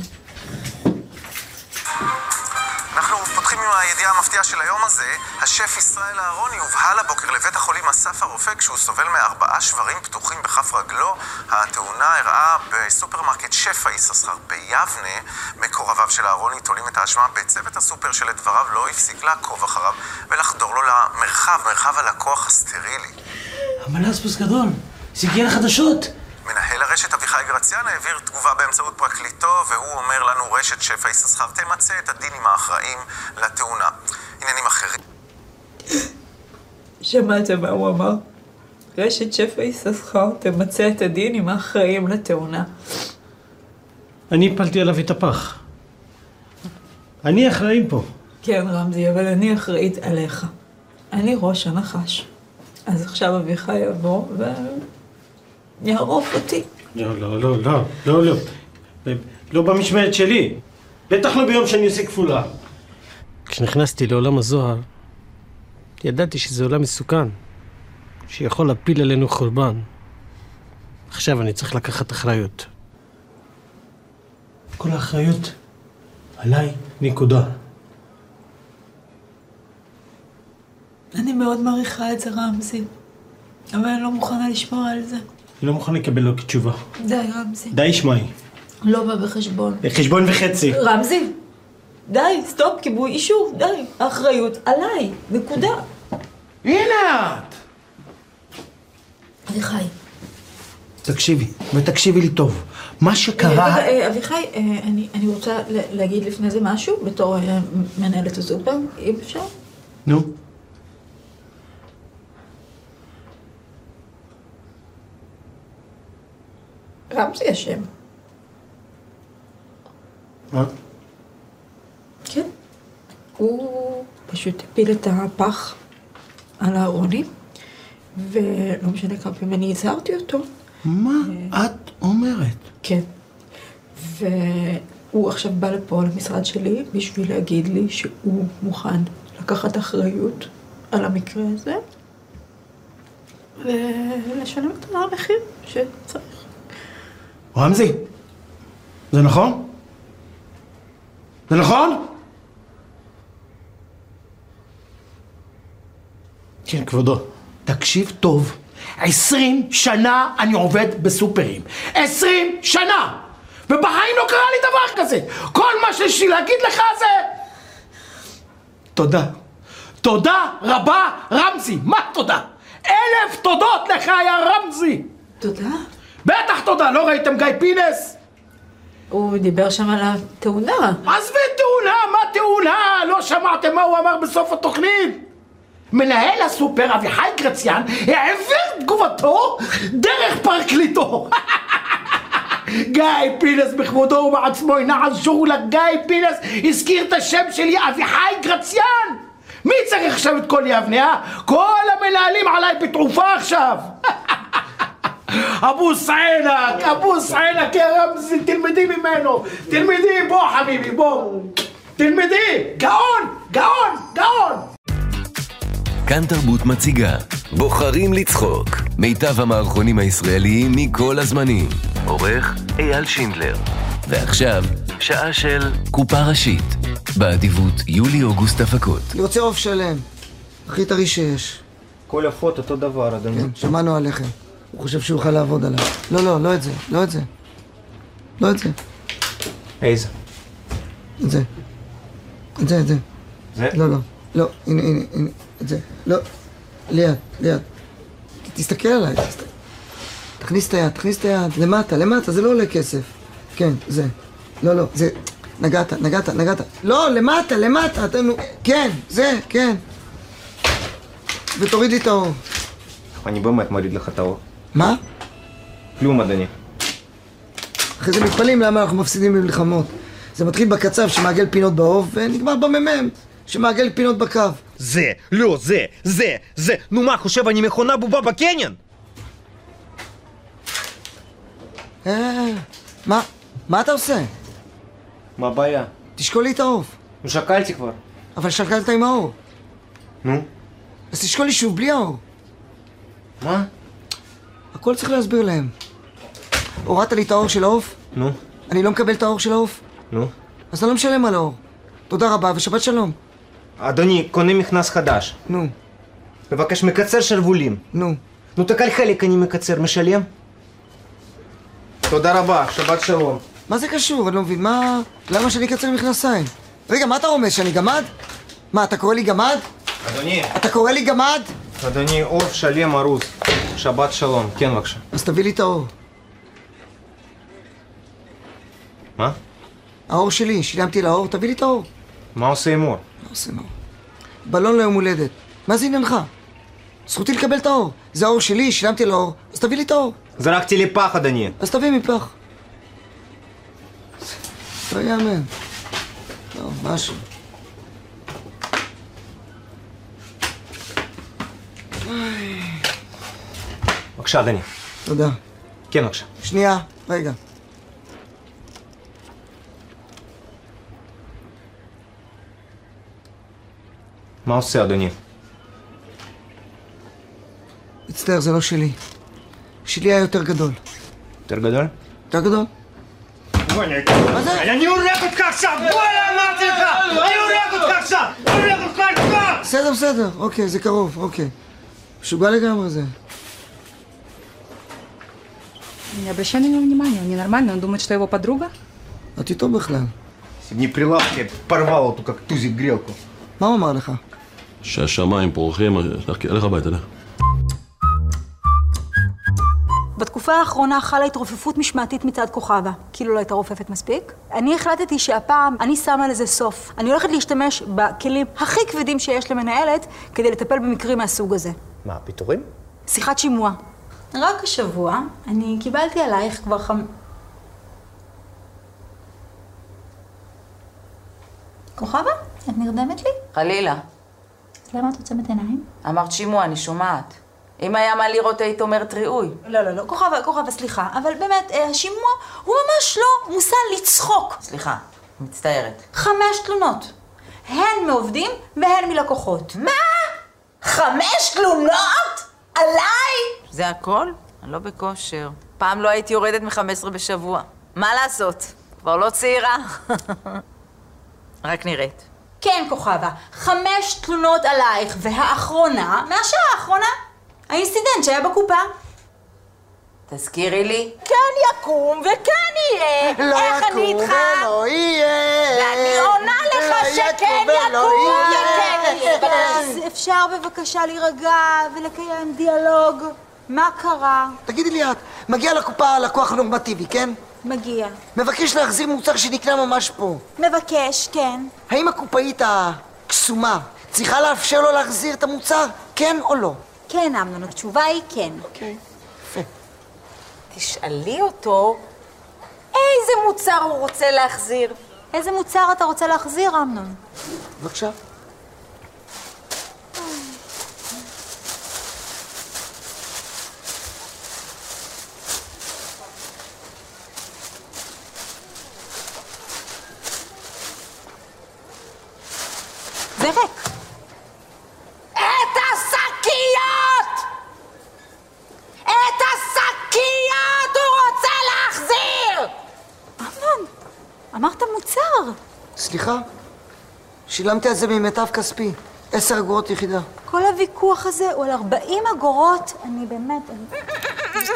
Speaker 24: אנחנו פותחים עם הידיעה המפתיעה של היום הזה. השף ישראל אהרוני הובהל הבוקר לבית החולים אסף הרופא כשהוא סובל מארבעה שברים פתוחים בכף רגלו. התאונה אירעה בסופרמרקט שפע יששכר ביבנה. מקורביו של אהרוני תולים את האשמה בצוות הסופר שלדבריו לא הפסיק לעקוב אחריו ולחדור לו למרחב, מרחב הלקוח הסטרילי.
Speaker 4: המלס בוס גדול, זה הגיע לחדשות.
Speaker 24: מנהל הרשת אביחי גרציאן העביר תגובה באמצעות פרקליטו, והוא אומר לנו רשת שפע יששכר תמצה את הדין עם האחראים לתאונה. עניינים אחרים.
Speaker 23: שמעת מה הוא אמר? רשת שפע יששכר תמצה את הדין עם האחראים לתאונה.
Speaker 6: אני הפלתי עליו את הפח. אני אחראי פה.
Speaker 23: כן, רמזי, אבל אני אחראית עליך. אני ראש הנחש. אז עכשיו אביחי יבוא ויערוף אותי.
Speaker 6: לא, לא, לא, לא, לא, לא. לא במשמרת שלי. בטח לא ביום שאני עושה כפולה. כשנכנסתי לעולם הזוהר, ידעתי שזה עולם מסוכן, שיכול להפיל עלינו חורבן. עכשיו אני צריך לקחת אחריות. כל האחריות עליי, נקודה.
Speaker 23: אני מאוד מעריכה את זה, רמזי, אבל אני לא מוכנה לשמוע על זה.
Speaker 6: אני לא מוכן לקבל לא כתשובה.
Speaker 23: די, רמזי.
Speaker 6: די, שמעי.
Speaker 23: לא בא בחשבון.
Speaker 6: חשבון וחצי.
Speaker 23: רמזי, די, סטופ, כיבוי אישור, די. האחריות עליי, נקודה.
Speaker 22: הנה את!
Speaker 23: אביחי.
Speaker 22: תקשיבי, ותקשיבי לי טוב. מה שקרה...
Speaker 18: Э,
Speaker 23: רגע, אה, אביחי, אה, אני- אני רוצה ל- להגיד לפני זה משהו, בתור אה, מנהלת הסופר, אם אפשר.
Speaker 6: נו.
Speaker 23: רמזי אשם.
Speaker 6: מה?
Speaker 23: כן. הוא פשוט הפיל את הפח על הארוני, ולא משנה כמה פעמים אני הזהרתי אותו.
Speaker 22: מה את אומרת?
Speaker 23: כן. והוא עכשיו בא לפה למשרד שלי בשביל להגיד לי שהוא מוכן לקחת אחריות על המקרה הזה ולשלם את המחיר שצריך.
Speaker 22: רמזי, זה נכון? זה נכון? כן, כבודו. תקשיב טוב. עשרים שנה אני עובד בסופרים. עשרים שנה! ובחיים לא קרה לי דבר כזה! כל מה שיש לי להגיד לך זה... תודה. תודה רבה, רמזי. מה תודה? אלף תודות לך, יא רמזי!
Speaker 23: תודה.
Speaker 22: בטח תודה, לא ראיתם גיא פינס?
Speaker 23: הוא דיבר שם על התאונה.
Speaker 22: עזבי תאונה, מה תאונה? לא שמעתם מה הוא אמר בסוף התוכנית? מנהל הסופר אביחי קרציאן העביר תגובתו דרך פרקליטו. גיא פינס בכבודו ובעצמו הנה עזור לה, גיא פינס הזכיר את השם שלי אביחי קרציאן! מי צריך עכשיו את כל יבניה? כל המנהלים עליי בתעופה עכשיו! אבו סעינק, אבו סעינק, יא רמזי, תלמדי ממנו! תלמדי, בוא חביבי, בוא! תלמדי! גאון! גאון! גאון!
Speaker 1: כאן תרבות מציגה בוחרים לצחוק מיטב המערכונים הישראליים מכל הזמנים עורך אייל שינדלר ועכשיו שעה של קופה ראשית באדיבות יולי-אוגוסט הפקות
Speaker 3: אני רוצה עוף שלם. הכי טרי שיש.
Speaker 16: כל עופות אותו דבר, אדוני.
Speaker 3: כן, שמענו עליכם. הוא חושב שהוא יוכל לעבוד עליו. לא, לא, לא את זה. לא את זה. לא את זה.
Speaker 16: איזה?
Speaker 3: את זה. את זה, את זה.
Speaker 16: זה?
Speaker 3: לא, לא. לא, הנה, הנה, הנה. את זה. לא. ליד, ליד. ת- תסתכל עליי. תסת- תכניס את היד, תכניס את היד. למטה, למטה, זה לא עולה כסף. כן, זה. לא, לא, זה... נגעת, נגעת, נגעת. לא, למטה, למטה. תן, לו- כן, זה, כן. ותורידי את האור.
Speaker 17: אני באמת מוריד לך את האור.
Speaker 3: מה?
Speaker 17: כלום, אדוני.
Speaker 3: אחרי זה מתפלאים למה אנחנו מפסידים במלחמות. זה מתחיל בקצב שמעגל פינות בעוף, ונגמר במ"מ שמעגל פינות בקו.
Speaker 18: זה, לא זה, זה, זה. נו מה, חושב אני מכונה בובה בקניון?
Speaker 3: אה, מה? מה אתה עושה?
Speaker 16: מה הבעיה?
Speaker 3: תשקול לי את העוף.
Speaker 16: שקלתי כבר.
Speaker 3: אבל שקלת עם האור.
Speaker 16: נו?
Speaker 3: אז תשקול לי שוב בלי האור.
Speaker 16: מה?
Speaker 3: הכל צריך להסביר להם. הורדת לי את האור של העוף?
Speaker 18: Ну,
Speaker 16: נו,
Speaker 3: אני לא מקבל את האור של העוף?
Speaker 16: נו.
Speaker 3: אז אני לא משלם על האור. תודה רבה ושבת שלום.
Speaker 18: А,
Speaker 16: אדוני, קונה מכנס חדש.
Speaker 3: נו.
Speaker 16: מבקש מקצר שרוולים.
Speaker 3: נו.
Speaker 16: נו,
Speaker 18: Ну,
Speaker 16: תקל חלק אני מקצר, משלם? תודה רבה, שבת שלום.
Speaker 3: מה זה קשור? אני לא מבין. מה... למה שאני אקצר מכנסיים? רגע, מה אתה רומז? שאני גמד? מה, אתה קורא לי גמד?
Speaker 16: אדוני,
Speaker 3: אתה קורא לי גמד?
Speaker 18: А,
Speaker 16: אדוני, עוף שלם ארוז. שבת שלום. כן, בבקשה.
Speaker 3: אז תביא לי את האור.
Speaker 16: מה?
Speaker 3: האור שלי, שילמתי לאור, תביא לי את האור.
Speaker 16: מה עושה עם אור?
Speaker 3: מה עושה עם האור? בלון ליום הולדת. מה זה עניינך? זכותי לקבל את האור. זה האור שלי, שילמתי לאור, אז תביא לי את האור.
Speaker 16: זרקתי לפח, אדוני.
Speaker 3: אז תביא מפח. לא יאמן. לא, משהו.
Speaker 16: בבקשה, אדוני.
Speaker 3: תודה.
Speaker 16: כן, בבקשה.
Speaker 3: שנייה, רגע.
Speaker 16: מה עושה,
Speaker 18: а,
Speaker 16: אדוני?
Speaker 3: מצטער, זה לא שלי. שלי היה יותר גדול.
Speaker 16: יותר גדול?
Speaker 3: יותר גדול?
Speaker 16: מה זה? אני הורג אותך עכשיו! וואלה, אמרתי לך! אני הורג אותך עכשיו! הורג אותך עכשיו!
Speaker 3: בסדר, בסדר, אוקיי, זה קרוב, אוקיי. משוגע לגמרי זה.
Speaker 9: Не обращай на него внимания, он ненормальный, он думает, что его подруга.
Speaker 3: את איתו בכלל.
Speaker 18: Не прилавки порвал эту как тузик грелку.
Speaker 3: מה הוא אמר לך?
Speaker 15: שהשמיים פורחים, לך הביתה, לך.
Speaker 11: בתקופה האחרונה חלה התרופפות משמעתית מצד כוכבה. כאילו לא הייתה רופפת מספיק. אני החלטתי שהפעם אני שמה לזה סוף. אני הולכת להשתמש בכלים הכי כבדים שיש למנהלת כדי לטפל במקרים מהסוג הזה.
Speaker 18: מה, פיטורים?
Speaker 11: שיחת שימוע. רק השבוע אני קיבלתי עלייך כבר חמ... כוכבה? את נרדמת לי?
Speaker 2: חלילה.
Speaker 11: למה את עוצמת עיניים?
Speaker 2: אמרת שימוע, אני שומעת. אם היה מה לראות היית אומרת ראוי.
Speaker 11: לא, לא, לא, כוכבה, כוכבה, סליחה, אבל באמת, אה, השימוע הוא ממש לא מושא לצחוק.
Speaker 2: סליחה, מצטערת.
Speaker 11: חמש תלונות, הן מעובדים והן מלקוחות. מה? חמש תלונות? עליי?
Speaker 2: זה הכל? אני לא בכושר. פעם לא הייתי יורדת מ-15 בשבוע. מה לעשות? כבר לא צעירה. רק נראית.
Speaker 11: כן, כוכבה, חמש תלונות עלייך, והאחרונה, מהשעה האחרונה, האינסידנט שהיה בקופה.
Speaker 2: תזכירי לי.
Speaker 20: כן יקום וכן יהיה.
Speaker 3: לא
Speaker 20: איך אני
Speaker 3: יקום
Speaker 20: איתך?
Speaker 3: ולא יהיה.
Speaker 20: ואני עונה לך
Speaker 3: לא
Speaker 20: שכן
Speaker 3: ולא
Speaker 20: יקום
Speaker 3: יהיה.
Speaker 20: וכן יהיה.
Speaker 11: אז אפשר בבקשה להירגע ולקיים דיאלוג. מה קרה?
Speaker 3: תגידי לי את, מגיע לקופה לקוח נורמטיבי, כן?
Speaker 11: מגיע.
Speaker 3: מבקש להחזיר מוצר שנקנה ממש פה.
Speaker 11: מבקש, כן.
Speaker 3: האם הקופאית הקסומה צריכה לאפשר לו להחזיר את המוצר, כן או לא?
Speaker 11: כן, אמנון, התשובה היא כן.
Speaker 3: אוקיי.
Speaker 2: תשאלי אותו איזה מוצר הוא רוצה להחזיר.
Speaker 11: איזה מוצר אתה רוצה להחזיר, אמנון?
Speaker 3: בבקשה.
Speaker 11: זה ריק.
Speaker 20: את השקיות! את השקיות הוא רוצה להחזיר!
Speaker 11: אמנון, אמרת מוצר.
Speaker 3: סליחה? שילמתי על זה ממיטב כספי. עשר אגורות יחידה.
Speaker 11: כל הוויכוח הזה הוא על 40 אגורות. אני באמת... אני-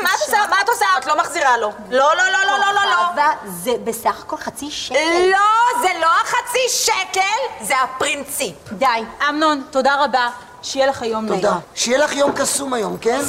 Speaker 2: מה את עושה? מה את עושה? את לא מחזירה לו. לא, לא, לא, לא, לא, לא, לא.
Speaker 11: כוכבה, זה בסך הכל חצי שקל.
Speaker 2: לא, זה לא החצי שקל, זה הפרינציפ.
Speaker 11: די. אמנון, תודה רבה. שיהיה לך יום נעים.
Speaker 3: תודה. שיהיה לך יום קסום היום, כן?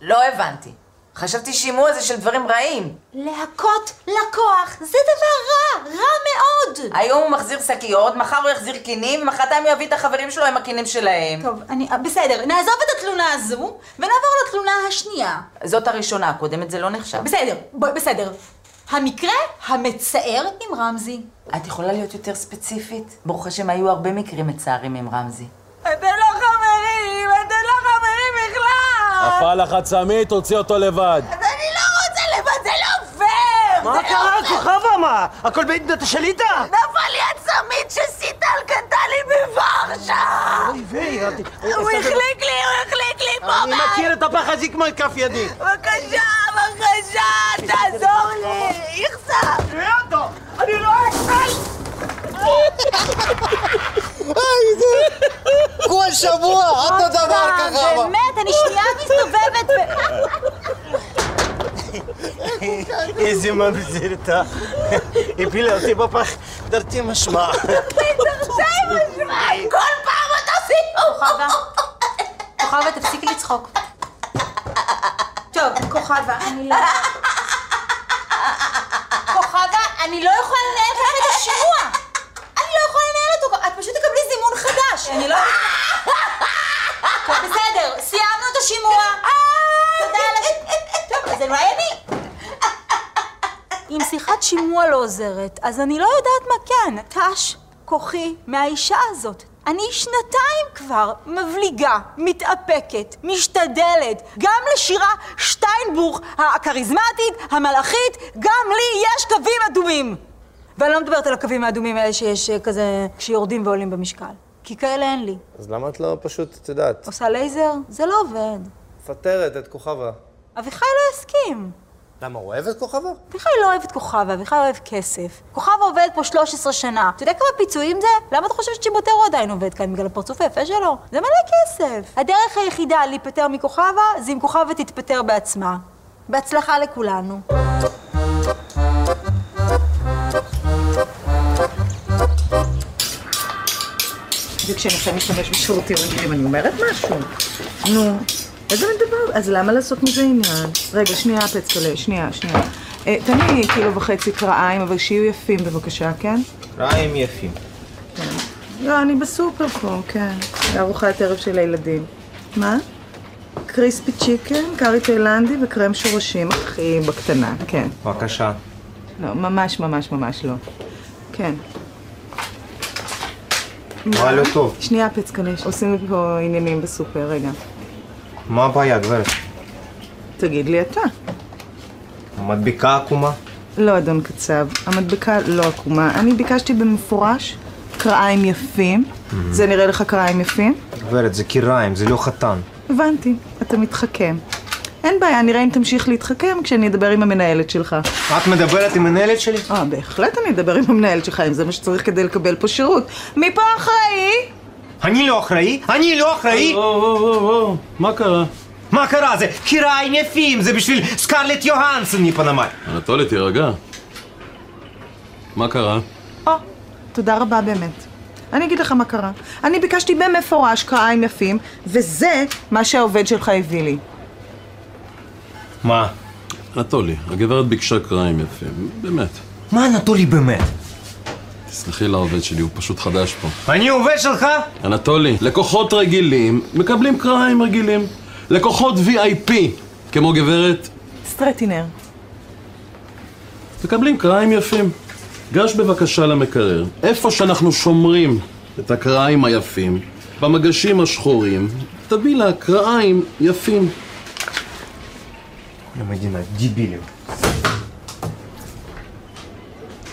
Speaker 2: לא הבנתי. חשבתי שימוע זה של דברים רעים.
Speaker 11: להכות לקוח, זה דבר רע, רע מאוד.
Speaker 2: היום הוא מחזיר שקיות, מחר הוא יחזיר קינים, ומחרתיים הוא יביא את החברים שלו עם הקינים שלהם.
Speaker 11: טוב, אני... בסדר, נעזוב את התלונה הזו, ונעבור לתלונה השנייה.
Speaker 2: זאת הראשונה, הקודמת זה לא נחשב.
Speaker 11: בסדר, בואי, בסדר. המקרה המצער עם רמזי.
Speaker 2: את יכולה להיות יותר ספציפית? ברוך השם, היו הרבה מקרים מצערים עם רמזי. אה,
Speaker 20: אתם לא חברים, אתם לא חברים בכלל!
Speaker 4: עפה לך הצמית, תוציא אותו לבד.
Speaker 20: אז אני לא רוצה לבד, זה לא פייר!
Speaker 4: מה
Speaker 20: זה לא
Speaker 4: קרה,
Speaker 20: פייר.
Speaker 4: כוכבה? מה? הכל בעידת השליטה?
Speaker 20: נפל לי הצמיד שסיטל קנתה לי בוורשה!
Speaker 4: אוי, ירדתי.
Speaker 20: הוא החליק לי, הוא החליק לי פה!
Speaker 4: אני מכיר את הפח הזיק מכף ידי.
Speaker 20: בבקשה, בבקשה, תעזור לי! איכסה! תראה אותו! אני לא אכסה!
Speaker 3: היי, זה... כל שבוע, אותו דבר ככה.
Speaker 11: באמת, אני שנייה מסתובבת ו...
Speaker 4: איזה ממזרתה. הפילה אותי בפח, דרתי משמע.
Speaker 20: כל פעם אתה סיפור!
Speaker 11: כוכבה, כוכבה, תפסיקי לצחוק. טוב, כוכבה, אני לא... כוכבה, אני לא יכולה לנהל ככה את השימוע. אני לא יכולה לנהל אותו. את פשוט תקבלי זימון חדש. אני לא... טוב, בסדר, סיימנו את השימוע. תודה על הש... טוב, זה לא אולי אני. אם שיחת שימוע לא עוזרת, אז אני לא יודעת מה כן. תש כוחי מהאישה הזאת. אני שנתיים כבר מבליגה, מתאפקת, משתדלת. גם לשירה שטיינבוך הכריזמטית, המלאכית, גם לי יש קווים אדומים. ואני לא מדברת על הקווים האדומים האלה שיש אה, כזה, כשיורדים ועולים במשקל. כי כאלה אין לי.
Speaker 17: אז למה את לא פשוט, את יודעת,
Speaker 11: עושה לייזר? זה לא עובד.
Speaker 17: מפטרת את כוכבה?
Speaker 11: אביחי לא יסכים.
Speaker 17: למה, הוא אוהב את כוכבה?
Speaker 11: אביחי לא אוהב את כוכבה, אביחי אוהב כסף. כוכבה עובד פה 13 שנה. אתה יודע כמה פיצויים זה? למה אתה חושב שצ'יבוטרו עדיין עובד כאן בגלל הפרצוף היפה שלו? זה מלא כסף. הדרך היחידה להיפטר מכוכבה, זה אם כוכבה תתפטר בעצמה. בהצלחה לכולנו.
Speaker 10: וכשאני עכשיו משתמש בשירותים רגילים, אני אומרת משהו. נו, איזה מין דבר? אז למה לעשות מזה עניין? רגע, שנייה, פצקלה, שנייה, שנייה. אה, תן לי קילו וחצי קרעיים, אבל שיהיו יפים בבקשה, כן?
Speaker 17: רעים יפים.
Speaker 10: לא, אני בסופר פה, כן. ארוחת ערב של הילדים. מה? קריספי צ'יקן, קארי תאילנדי וקרם שורשים, הכי בקטנה, כן.
Speaker 17: בבקשה.
Speaker 10: לא, ממש ממש ממש לא. כן.
Speaker 25: מה לא טוב?
Speaker 9: שנייה, פצקלש, עושים לי פה עניינים בסופר, רגע.
Speaker 25: מה הבעיה, גברת?
Speaker 9: תגיד לי אתה.
Speaker 25: מדביקה עקומה?
Speaker 9: לא, אדון קצב, המדבקה לא עקומה. אני ביקשתי במפורש קרעיים יפים. זה נראה לך קרעיים יפים?
Speaker 25: גברת, זה קיריים, זה לא חתן.
Speaker 9: הבנתי, אתה מתחכם. אין בעיה, נראה אם תמשיך להתחכם כשאני אדבר עם המנהלת שלך.
Speaker 25: את מדברת עם המנהלת שלי?
Speaker 9: אה, בהחלט אני אדבר עם המנהלת שלך, אם זה מה שצריך כדי לקבל פה שירות. מי פה אחראי?
Speaker 18: אני לא אחראי? אני לא אחראי? או, או, או, או, מה קרה? מה קרה? זה קיריים יפים, זה בשביל סקרלט יוהנסון מפנמי.
Speaker 15: אנטולי, תירגע. מה קרה?
Speaker 9: או, תודה רבה באמת. אני אגיד לך מה קרה. אני ביקשתי במפורש קרעיים יפים, וזה מה שהעובד שלך הביא לי.
Speaker 15: מה? אנטולי, הגברת ביקשה קרעים יפים, באמת.
Speaker 18: מה אנטולי באמת?
Speaker 15: תסלחי לעובד שלי, הוא פשוט חדש פה.
Speaker 18: אני עובד שלך?
Speaker 15: אנטולי, לקוחות רגילים מקבלים קרעיים רגילים. לקוחות VIP, כמו גברת,
Speaker 9: סטרטינר.
Speaker 15: מקבלים קרעיים יפים. גש בבקשה למקרר, איפה שאנחנו שומרים את הקרעיים היפים, במגשים השחורים, תביא לה קרעיים יפים.
Speaker 25: למדינה, דיבילים.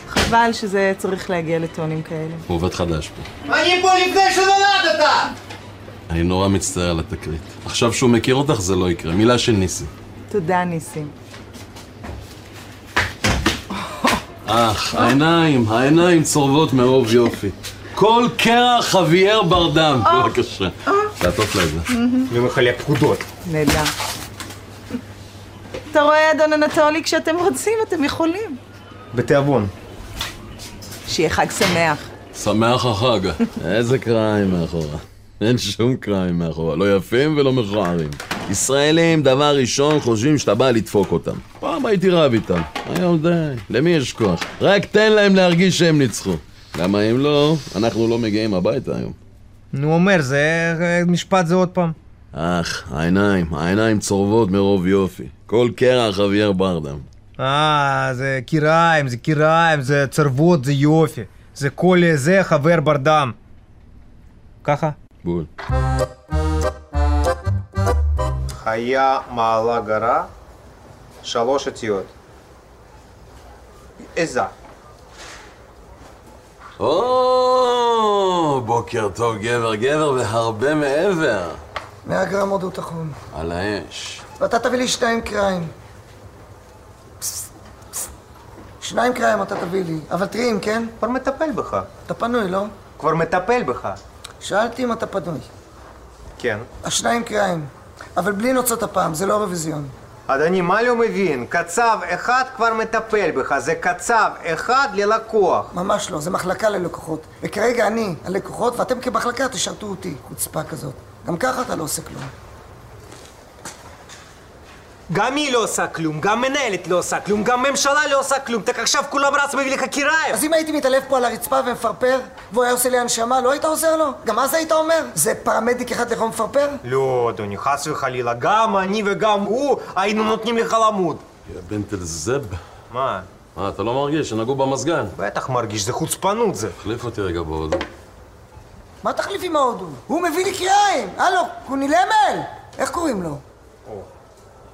Speaker 9: חבל שזה צריך להגיע לטונים כאלה.
Speaker 15: הוא עובד חדש פה.
Speaker 26: אני פה לפני שנולדת!
Speaker 15: אני נורא מצטער על התקרית. עכשיו שהוא מכיר אותך זה לא יקרה, מילה של ניסי.
Speaker 9: תודה, ניסים.
Speaker 15: אך, העיניים, העיניים צורבות מרוב יופי. כל קרח אבייר ברדם. בבקשה. תעטוף לה את זה.
Speaker 25: ומחלק פקודות.
Speaker 9: נהדר. אתה רואה, אדון אנטולי, כשאתם רוצים, אתם יכולים.
Speaker 25: בתיאבון.
Speaker 9: שיהיה חג שמח.
Speaker 15: שמח החג. איזה קריים מאחורה. אין שום קריים מאחורה, לא יפים ולא מכוערים. ישראלים, דבר ראשון, חושבים שאתה בא לדפוק אותם. פעם הייתי רב איתם, היום די, למי יש כוח? רק תן להם להרגיש שהם ניצחו. למה אם לא, אנחנו לא מגיעים הביתה היום.
Speaker 18: נו, אומר, זה... משפט זה עוד פעם.
Speaker 15: אך, העיניים, העיניים צורבות מרוב יופי. כל קרח אבייר ברדם.
Speaker 18: אה, זה קיריים, זה קיריים, זה צרבות, זה יופי. זה כל זה חבר ברדם. ככה?
Speaker 15: בול.
Speaker 25: חיה מעלה גרה, שלוש אותיות. עזה.
Speaker 15: או, בוקר טוב גבר גבר והרבה מעבר.
Speaker 3: 100 גרם הודו טחון.
Speaker 15: על האש.
Speaker 3: ואתה תביא לי שניים קריים. פסט, פסט. שניים קריים אתה תביא לי, אבל טריים, כן?
Speaker 25: כבר מטפל בך.
Speaker 3: אתה פנוי, לא?
Speaker 25: כבר מטפל בך.
Speaker 3: שאלתי אם אתה פנוי.
Speaker 25: כן.
Speaker 3: השניים קריים. אבל בלי נוצות הפעם, זה לא אירוויזיון.
Speaker 25: אדוני, מה לא מבין? קצב אחד כבר מטפל בך, זה קצב אחד ללקוח.
Speaker 3: ממש לא, זה מחלקה ללקוחות. וכרגע אני הלקוחות, ואתם כמחלקה תשרתו אותי. חוצפה כזאת. גם ככה אתה לא עושה כלום.
Speaker 18: גם היא לא עושה כלום, גם מנהלת לא עושה כלום, גם ממשלה לא עושה כלום. תק עכשיו כולם רץ מביא לך קיריים.
Speaker 3: אז אם הייתי מתעלף פה על הרצפה ומפרפר, והוא היה עושה לי הנשמה, לא היית עוזר לו? גם אז היית אומר? זה פרמדיק אחד לכל מפרפר?
Speaker 25: לא, אדוני, חס וחלילה, גם אני וגם הוא היינו נותנים לך למות.
Speaker 15: יא בן תלזב.
Speaker 25: מה?
Speaker 15: מה, אתה לא מרגיש? שנגעו במזגן.
Speaker 25: בטח מרגיש, זה חוצפנות זה.
Speaker 15: תחליף אותי רגע בהודו.
Speaker 3: מה תחליף עם ההודו? הוא מביא לי קריים! הלו, קונילמל! איך קוראים לו?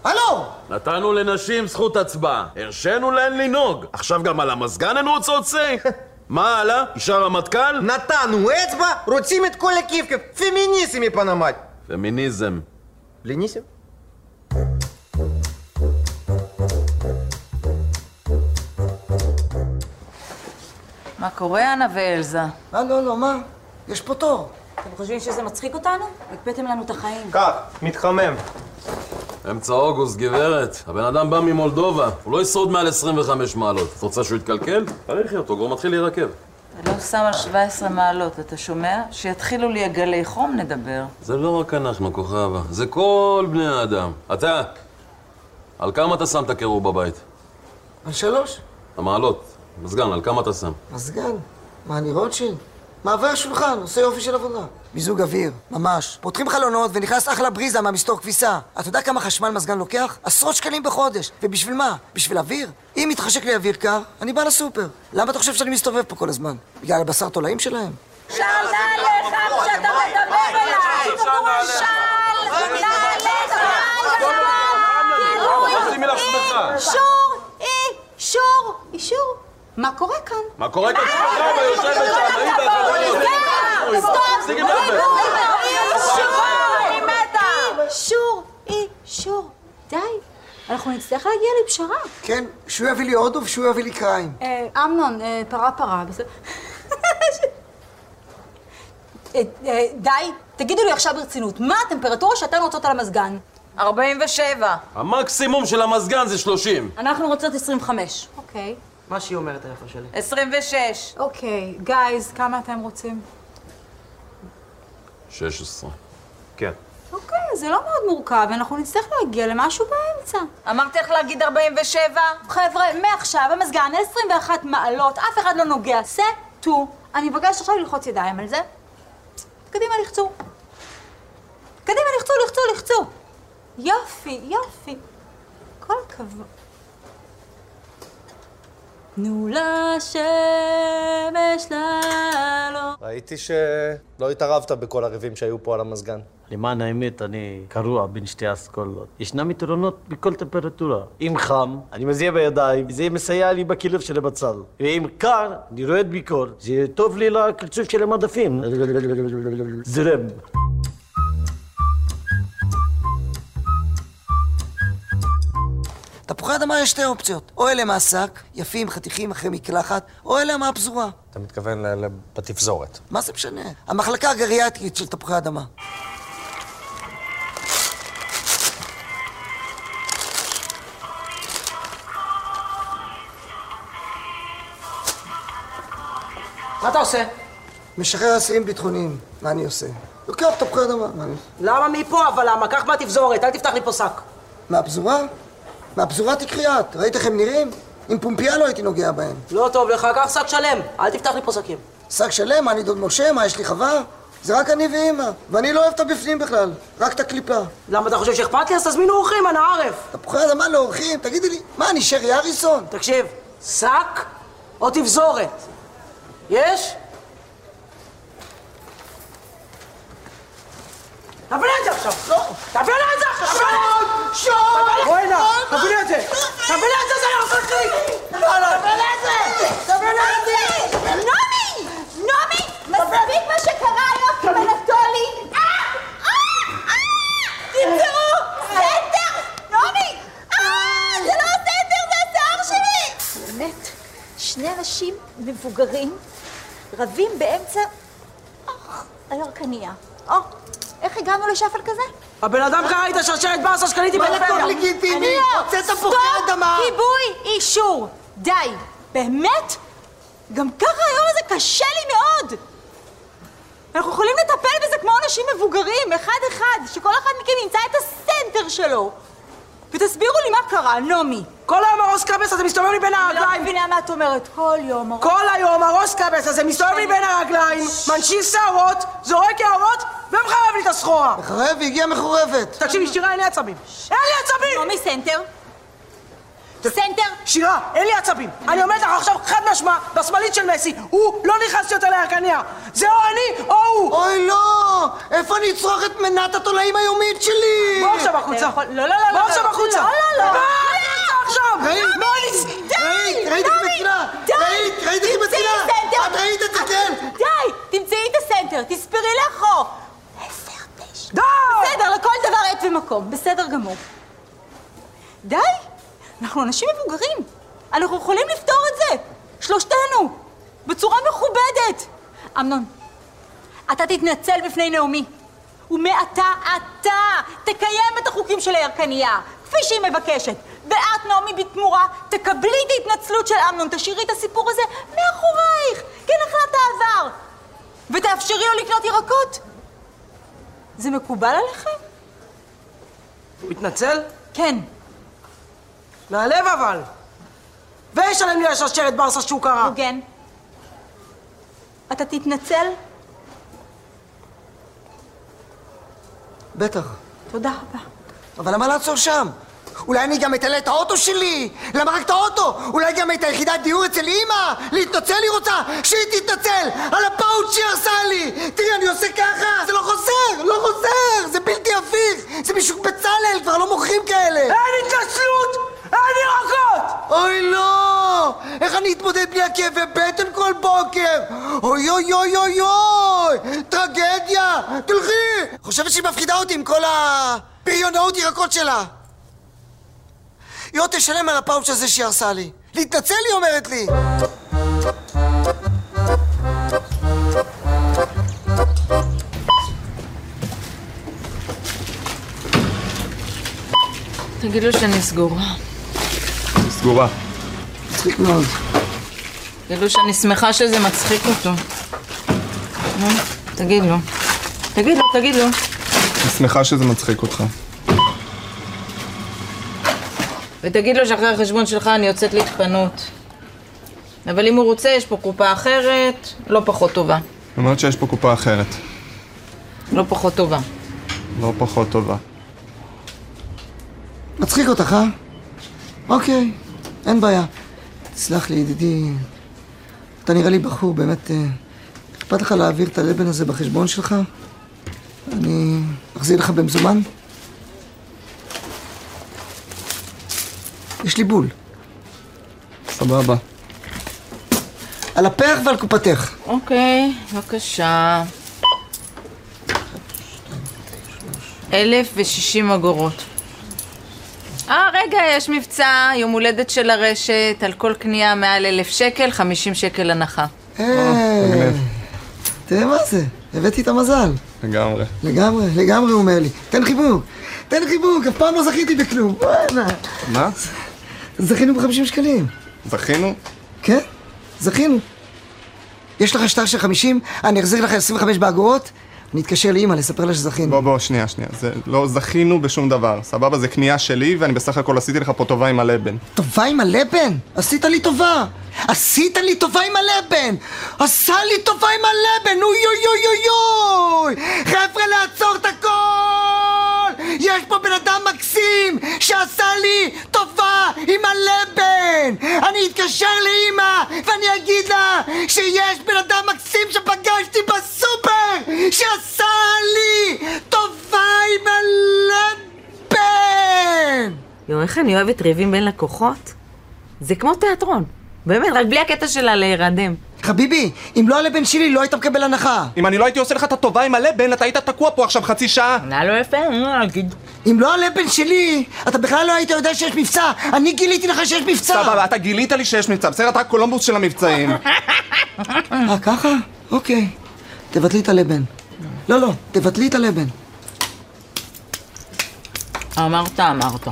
Speaker 3: הלו!
Speaker 15: נתנו לנשים זכות הצבעה, הרשינו להן לנהוג. עכשיו גם על המזגן הן רוצות סיי? מה הלאה? אישה רמטכ"ל?
Speaker 18: נתנו אצבע, רוצים את כל הקיבקב. פמיניסטים מפנמי.
Speaker 15: פמיניזם.
Speaker 18: פמיניסטים?
Speaker 2: מה קורה, אנה ואלזה?
Speaker 3: מה, לא, לא, מה? יש פה תור.
Speaker 10: אתם חושבים שזה מצחיק אותנו? הקפאתם לנו את החיים.
Speaker 25: כך, מתחמם.
Speaker 15: אמצע אוגוסט, גברת. הבן אדם בא ממולדובה, הוא לא ישרוד מעל 25 מעלות. את רוצה שהוא יתקלקל? תריחי אותו, כבר מתחיל להירקב.
Speaker 2: אתה לא שם על 17 מעלות, אתה שומע? שיתחילו לי הגלי חום נדבר.
Speaker 15: זה לא רק אנחנו, כוכבה, זה כל בני האדם. אתה, על כמה אתה שם את הקירור בבית?
Speaker 3: על שלוש?
Speaker 15: המעלות, מזגן, על כמה אתה שם?
Speaker 3: מזגן. מה, אני רוטשילד? מעבר השולחן, עושה יופי של עבודה. מיזוג אוויר, ממש. פותחים חלונות ונכנס אחלה בריזה מהמסתור כביסה. אתה יודע כמה חשמל מזגן לוקח? עשרות שקלים בחודש. ובשביל מה? בשביל אוויר? אם מתחשק לי אוויר קר, אני בא לסופר. למה אתה חושב שאני מסתובב פה כל הזמן? בגלל הבשר תולעים שלהם?
Speaker 20: שעלה עליך כשאתה מדבר אליי! שעל עליך!
Speaker 15: שימי לך שמחה.
Speaker 11: אישור! אישור! אישור! מה קורה כאן?
Speaker 15: מה קורה כאן? שמחה, אבל יושבת שם, היא והחברות.
Speaker 20: אה,
Speaker 15: תפסיקי לבלבל.
Speaker 11: אישור! אישור! די. אנחנו נצטרך להגיע לפשרה.
Speaker 3: כן, שהוא יביא לי הודו ושהוא יביא לי קריים.
Speaker 11: אה, אמנון, אה, פרה פרה, בסדר. אה, אה, די, תגידו לי עכשיו ברצינות, מה הטמפרטורה שאתן רוצות על המזגן? 47.
Speaker 15: המקסימום של המזגן זה 30.
Speaker 11: אנחנו רוצות 25. אוקיי.
Speaker 4: מה שהיא אומרת, היפה שלי.
Speaker 11: 26. אוקיי. גייז, כמה אתם רוצים?
Speaker 15: 16.
Speaker 17: כן.
Speaker 11: אוקיי, זה לא מאוד מורכב, אנחנו נצטרך להגיע למשהו באמצע. אמרתי לך להגיד 47? חבר'ה, מעכשיו המזגן 21 מעלות, אף אחד לא נוגע, זה טו. אני מבקשת עכשיו ללחוץ ידיים על זה. קדימה, לחצו. קדימה, לחצו, לחצו, לחצו. יופי, יופי. כל הכבוד. תנו לשמש לעלות.
Speaker 7: ראיתי שלא התערבת בכל הריבים שהיו פה על המזגן.
Speaker 14: למען האמת, אני קרוע בין שתי אסכולות. ישנם יתרונות בכל טמפרטורה. אם חם, אני מזיע בידיים, זה מסייע לי בקילוף של הבצל. ואם קר, אני רועד ביקור, זה טוב לי לקלצוף של המדפים. זרם.
Speaker 3: תפוחי אדמה יש שתי אופציות, או אלה מהשק, יפים, חתיכים אחרי מקלחת, או אלה מהפזורה.
Speaker 7: אתה מתכוון ל- ל- בתפזורת.
Speaker 3: מה זה משנה? המחלקה הגריאטרית של תפוחי אדמה.
Speaker 4: מה אתה עושה?
Speaker 3: משחרר אסירים ביטחוניים, מה אני עושה? לוקח תפוחי אדמה, מה אני עושה?
Speaker 4: למה מפה אבל למה? קח מהתפזורת, אל תפתח לי פה שק.
Speaker 3: מהפזורה? מהפזורה תקחי את, ראית איך הם נראים? עם פומפייה לא הייתי נוגע בהם.
Speaker 4: לא טוב לך, קח שק שלם, אל תפתח לי פה שקים.
Speaker 3: שק שלם, מה אני דוד משה, מה יש לי חווה? זה רק אני ואימא, ואני לא אוהב את הבפנים בכלל, רק את הקליפה.
Speaker 4: למה אתה חושב שאכפת לי? אז תזמינו אורחים, אנא ערף.
Speaker 3: תפוחי אדמה לאורחים, תגידי לי, מה, אני שרי אריסון?
Speaker 4: תקשיב, שק או תפזורת? יש? תביא לי את זה עכשיו! לא! תביא לי את זה עכשיו! שון! שון! בוא הנה! תביא לי את זה! תביא לי את זה, זה יעשות לי! תביא לי את זה! תביא לי את זה!
Speaker 20: נעמי! נעמי! מספיק מה שקרה היום עם אנטולי! אה! אה! אה! תמצאו! סתר! נעמי! אה! זה לא סתר, זה השיער שלי!
Speaker 11: באמת, שני אנשים מבוגרים רבים באמצע... אוח, הירקניה. או, איך הגענו לשפל כזה?
Speaker 4: הבן אדם קרא לי את השרשרת באסה שקניתי בטבריה!
Speaker 11: אני לא! סטופ! כיבוי אישור! די! באמת? גם ככה היום הזה קשה לי מאוד! אנחנו יכולים לטפל בזה כמו אנשים מבוגרים, אחד-אחד, שכל אחד מכם ימצא את הסנטר שלו. ותסבירו לי מה קרה, נעמי.
Speaker 4: כל היום הראש קבס הזה מסתובב לי בין
Speaker 11: אני לא
Speaker 4: הרגליים!
Speaker 11: מבינה מה את אומרת, כל יום הראש...
Speaker 4: כל היום הראש קבס הזה מסתובב לי בין הרגליים, מנשיל שערות, זורק הערות, ומחרב לי את הסחורה!
Speaker 3: מחרב? והגיעה מחורבת!
Speaker 4: תקשיבי, שירה, אין לי עצבים! אין לי עצבים!
Speaker 11: נעמי סנטר? סנטר?
Speaker 4: שירה, אין לי עצבים! אני אומרת לך עכשיו חד משמע, בשמאלית של מסי, הוא לא נכנס יותר לירקניה! זה או אני או הוא!
Speaker 3: אוי לא! איפה אני אצרוך את מנת התולעים היומית שלי?
Speaker 4: בוא עכשיו החוצה!
Speaker 11: לא, לא,
Speaker 4: בוא עכשיו החוצה!
Speaker 11: לא, לא, לא.
Speaker 4: בוא, החוצה עכשיו!
Speaker 3: ראית?
Speaker 4: בוא, נס-
Speaker 3: ראית? ראית איך היא מתחילה? ראית? ראית איך היא מתחילה? את ראית את זה, כן?
Speaker 11: די! תמצאי את הסנטר, תספרי לאחור! עשר תשע.
Speaker 4: די!
Speaker 11: בסדר, לכל דבר עת ומקום, בסדר גמור. די! אנחנו אנשים מבוגרים. אנחנו יכולים לפתור את זה! שלושתנו! בצורה מכובדת! אמנון, אתה תתנצל בפני נעמי. ומעתה אתה תקיים את החוקים של הירקניה, כפי שהיא מבקשת. ואת, נעמי, בתמורה, תקבלי את ההתנצלות של אמנון, תשאירי את הסיפור הזה מאחורייך, כן, כנחלת העבר. ותאפשרי לו לקנות ירקות. זה מקובל עליכם?
Speaker 4: הוא התנצל?
Speaker 11: כן.
Speaker 4: מהלב אבל! וישלם לי השרשרת ברסה שהוא קרא!
Speaker 11: הוגן. אתה תתנצל?
Speaker 3: בטח.
Speaker 11: תודה רבה.
Speaker 3: אבל למה לעצור שם? אולי אני גם אתלה את האוטו שלי? למה רק את האוטו? אולי גם את היחידת דיור אצל אימא? להתנצל היא רוצה? שהיא תתנצל! על הפאוץ' שהיא עשה לי! תראי, אני עושה ככה! זה לא חוזר! לא חוזר! זה בלתי הפיך! זה משוק בצלאל! כבר לא מוכרים כאלה! אין התנצלות! אין ירקות! אוי לא! איך אני אתמודד בלי הכאבי בטן כל בוקר? אוי אוי אוי אוי אוי! טרגדיה! תלכי! חושבת שהיא מפחידה אותי עם כל הבריונאות ירקות שלה! היא עוד תשלם על הפאוץ' הזה שהיא הרסה לי! להתנצל היא אומרת לי!
Speaker 2: תגיד לו שאני סגורה.
Speaker 8: סגורה.
Speaker 3: מצחיק מאוד.
Speaker 2: תגיד לו שאני שמחה שזה מצחיק אותו. נו, תגיד לו. תגיד לו, תגיד לו.
Speaker 8: אני שמחה שזה מצחיק אותך.
Speaker 2: ותגיד לו שאחרי החשבון שלך אני יוצאת להתפנות. אבל אם הוא רוצה, יש פה קופה אחרת, לא פחות טובה.
Speaker 8: היא אומרת שיש פה קופה אחרת.
Speaker 2: לא פחות טובה.
Speaker 8: לא פחות טובה.
Speaker 3: מצחיק אותך, אה? אוקיי, אין בעיה. תסלח לי, ידידי, אתה נראה לי בחור, באמת... אה, אכפת לך להעביר את הלבן הזה בחשבון שלך? אני אחזיר לך במזומן? יש לי בול.
Speaker 8: סבבה.
Speaker 3: על הפרח ועל קופתך.
Speaker 2: אוקיי, בבקשה. אלף ושישים אגורות. אה, רגע, יש מבצע, יום הולדת של הרשת, על כל קנייה מעל אלף שקל, חמישים שקל הנחה.
Speaker 3: אה, תראה מה זה, הבאתי את המזל.
Speaker 8: לגמרי.
Speaker 3: לגמרי, לגמרי, הוא אומר לי. תן חיבוק, תן חיבוק, אף פעם לא זכיתי בכלום. וואלה.
Speaker 8: מה?
Speaker 3: זכינו ב-50 שקלים.
Speaker 8: זכינו?
Speaker 3: כן, זכינו. יש לך שטר של 50, אני אחזיר לך 25 באגורות, אני אתקשר לאימא לספר לה שזכינו.
Speaker 8: בוא, בוא, שנייה, שנייה. זה לא זכינו בשום דבר. סבבה, זה קנייה שלי, ואני בסך הכל עשיתי לך פה טובה עם הלבן.
Speaker 3: טובה עם הלבן? עשית לי טובה! עשית לי טובה עם הלבן! עשה לי טובה עם הלבן! אוי אוי אוי אוי אוי! חבר'ה, לעצור את הכל! יש פה בן אדם מקסים שעשה לי טובה עם הלבן! אני אתקשר לאימא ואני אגיד לה שיש בן אדם מקסים שפגשתי בסופר שעשה לי טובה עם הלבן!
Speaker 2: כן. יואו, איך אני אוהבת ריבים בין לקוחות. זה כמו תיאטרון. באמת, רק בלי הקטע שלה להירדם.
Speaker 3: חביבי, אם לא הלבן שלי לא היית מקבל הנחה.
Speaker 8: אם אני לא הייתי עושה לך את הטובה עם הלבן, אתה היית תקוע פה עכשיו חצי שעה.
Speaker 2: נא לא יפה, אני אגיד.
Speaker 3: אם לא הלבן שלי, אתה בכלל לא היית יודע שיש מבצע. אני גיליתי לך שיש מבצע.
Speaker 8: סבבה, אתה גילית לי שיש מבצע, בסדר? אתה הקולומבוס של המבצעים.
Speaker 3: אה, ככה? אוקיי. תבטלי את הלבן. לא, לא, תבטלי את הלבן.
Speaker 2: אמרת, אמרת.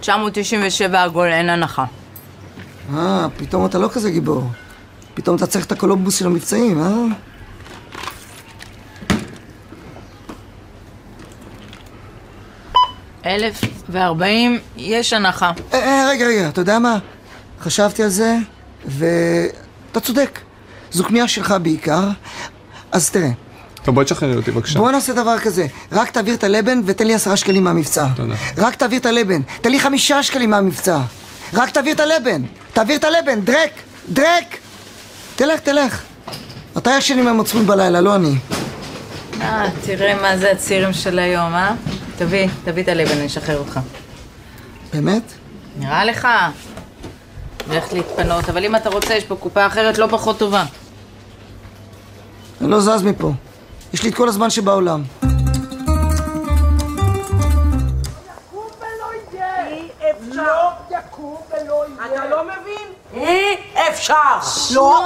Speaker 2: תשע מאות תשעים ושבע עגול, אין הנחה.
Speaker 3: אה, פתאום אתה לא כזה גיבור. פתאום אתה צריך את הקולומבוס של המבצעים, אה?
Speaker 2: אלף וארבעים, יש הנחה.
Speaker 3: אה, אה, רגע, רגע, אתה יודע מה? חשבתי על זה, ואתה צודק. זו קנייה שלך בעיקר, אז תראה.
Speaker 8: טוב, בואי תשחררי אותי בבקשה.
Speaker 3: בוא נעשה דבר כזה, רק תעביר את הלבן ותן לי עשרה שקלים מהמבצע.
Speaker 8: תודה.
Speaker 3: רק תעביר את הלבן, תן לי חמישה שקלים מהמבצע. רק תעביר את הלבן, תעביר את הלבן, דרק, דרק. תלך, תלך. אתה ישנים עם המצפון בלילה, לא אני.
Speaker 2: אה, תראה מה זה הצעירים של היום, אה? תביא, תביא את הלבן, אני אשחרר אותך.
Speaker 3: באמת?
Speaker 2: נראה לך? אני הולכת להתפנות, אבל אם אתה רוצה, יש פה קופה אחרת לא פחות טובה.
Speaker 3: אני לא זז מפה. יש לי את כל הזמן שבעולם.
Speaker 4: לא יקום ולא יהיה. אתה לא מבין? אי אה, אפשר. לא,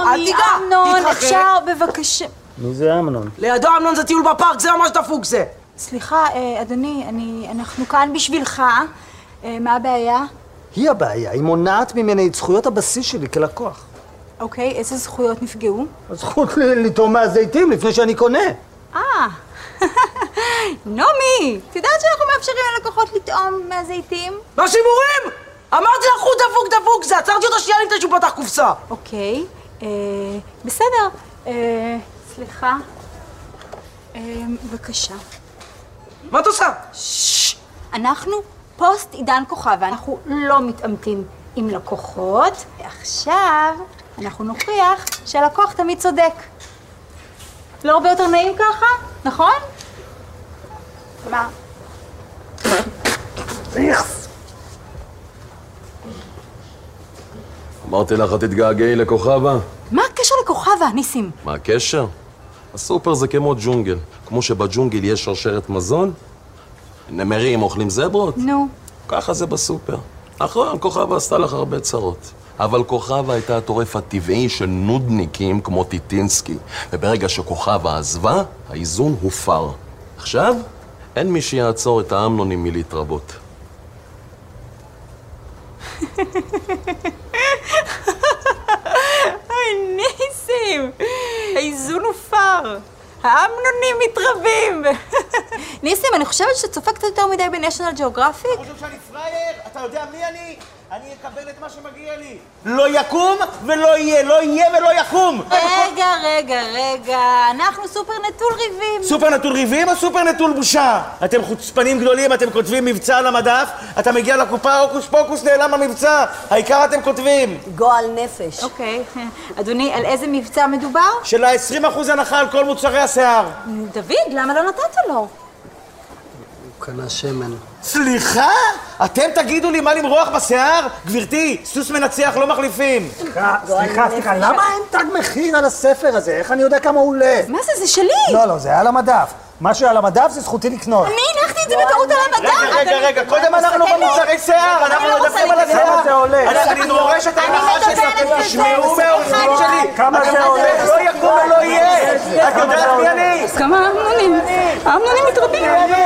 Speaker 4: אל
Speaker 11: שלומי,
Speaker 4: תיגע.
Speaker 11: אמנון,
Speaker 4: תתרחק.
Speaker 11: אפשר בבקשה.
Speaker 14: נו זה אמנון.
Speaker 4: לידו אמנון זה טיול בפארק, זה ממש דפוק זה.
Speaker 11: סליחה, אה, אדוני, אני, אנחנו כאן בשבילך. אה, מה הבעיה?
Speaker 12: היא הבעיה, היא מונעת ממני את זכויות הבסיס שלי כלקוח.
Speaker 11: אוקיי, איזה זכויות נפגעו?
Speaker 12: הזכות ל- לטעום מהזיתים לפני שאני קונה.
Speaker 11: אה, נעמי, את יודעת שאנחנו מאפשרים ללקוחות לטעום מהזיתים?
Speaker 4: לא שימורים! אמרתי לך, הוא דפוק דפוק זה, עצרתי אותו שנייה לפני שהוא פתח קופסה.
Speaker 11: אוקיי, אה, בסדר. אה, סליחה. אמ, בבקשה. מה את עושה? אנחנו פוסט עידן כוכבה, אנחנו לא מתעמתים עם לקוחות. עכשיו אנחנו נוכיח שהלקוח תמיד צודק. לא הרבה יותר נעים ככה, נכון? מה?
Speaker 15: אמרתי לך, את תתגעגעי לכוכבה?
Speaker 11: מה הקשר לכוכבה, ניסים?
Speaker 15: מה הקשר? הסופר זה כמו ג'ונגל. כמו שבג'ונגל יש שרשרת מזון, נמרים אוכלים זברות,
Speaker 11: נו.
Speaker 15: ככה זה בסופר. נכון, כוכבה עשתה לך הרבה צרות. אבל כוכבה הייתה הטורף הטבעי של נודניקים כמו טיטינסקי. וברגע שכוכבה עזבה, האיזון הופר. עכשיו, אין מי שיעצור את האמנונים מלהתרבות.
Speaker 27: אוי, ניסים! האיזון הופר. האמנונים מתרבים.
Speaker 11: ניסים, אני חושבת שאתה צופה קצת יותר מדי בניישונל ג'אוגרפיק.
Speaker 28: חושב שאני פראייר? אתה יודע מי אני? אני אקבל את מה שמגיע לי.
Speaker 6: לא יקום ולא יהיה, לא יהיה ולא יקום!
Speaker 11: רגע, רגע, רגע, אנחנו סופר נטול ריבים.
Speaker 6: סופר נטול ריבים או סופר נטול בושה? אתם חוצפנים גדולים, אתם כותבים מבצע על המדף, אתה מגיע לקופה, הוקוס פוקוס, נעלם המבצע, העיקר אתם כותבים.
Speaker 11: גועל נפש. אוקיי. אדוני, על איזה מבצע מדובר?
Speaker 6: של ה-20% הנחה על כל מוצרי השיער.
Speaker 11: דוד, למה לא נתת לו?
Speaker 6: הוא קנה שמן. סליחה? אתם תגידו לי מה למרוח בשיער? גברתי, סוס מנצח לא מחליפים.
Speaker 14: אה,
Speaker 20: סליחה, סליחה, למה אין תג מחיר על הספר הזה? איך אני יודע כמה הוא עולה?
Speaker 11: מה זה? זה שלי!
Speaker 20: לא, לא, זה על המדף. מה שעל המדף זה זכותי לקנות.
Speaker 11: אני הנחתי את זה בטעות על המדף!
Speaker 6: רגע, רגע, קודם אנחנו לא במוצרי שיער, אנחנו
Speaker 20: לא רוצה
Speaker 6: מדברים על
Speaker 20: להיכנס. כמה
Speaker 6: השיער.
Speaker 20: זה עולה?
Speaker 6: אני- אני דורש את ההנחה
Speaker 20: מדברת
Speaker 6: שאתם
Speaker 20: על זה,
Speaker 6: תשמעו
Speaker 20: זה
Speaker 6: מהעוזרים
Speaker 20: אחד.
Speaker 6: שלי.
Speaker 20: כמה
Speaker 6: אתם-
Speaker 20: זה
Speaker 6: אתם-
Speaker 20: עולה?
Speaker 6: לא יקום ולא יהיה.
Speaker 20: זה, זה,
Speaker 6: את
Speaker 20: כמה
Speaker 6: יודעת
Speaker 20: זה
Speaker 6: מי
Speaker 20: עולה?
Speaker 6: אני?
Speaker 20: אז כמה אמנונים?
Speaker 6: אמנונים מתרבים.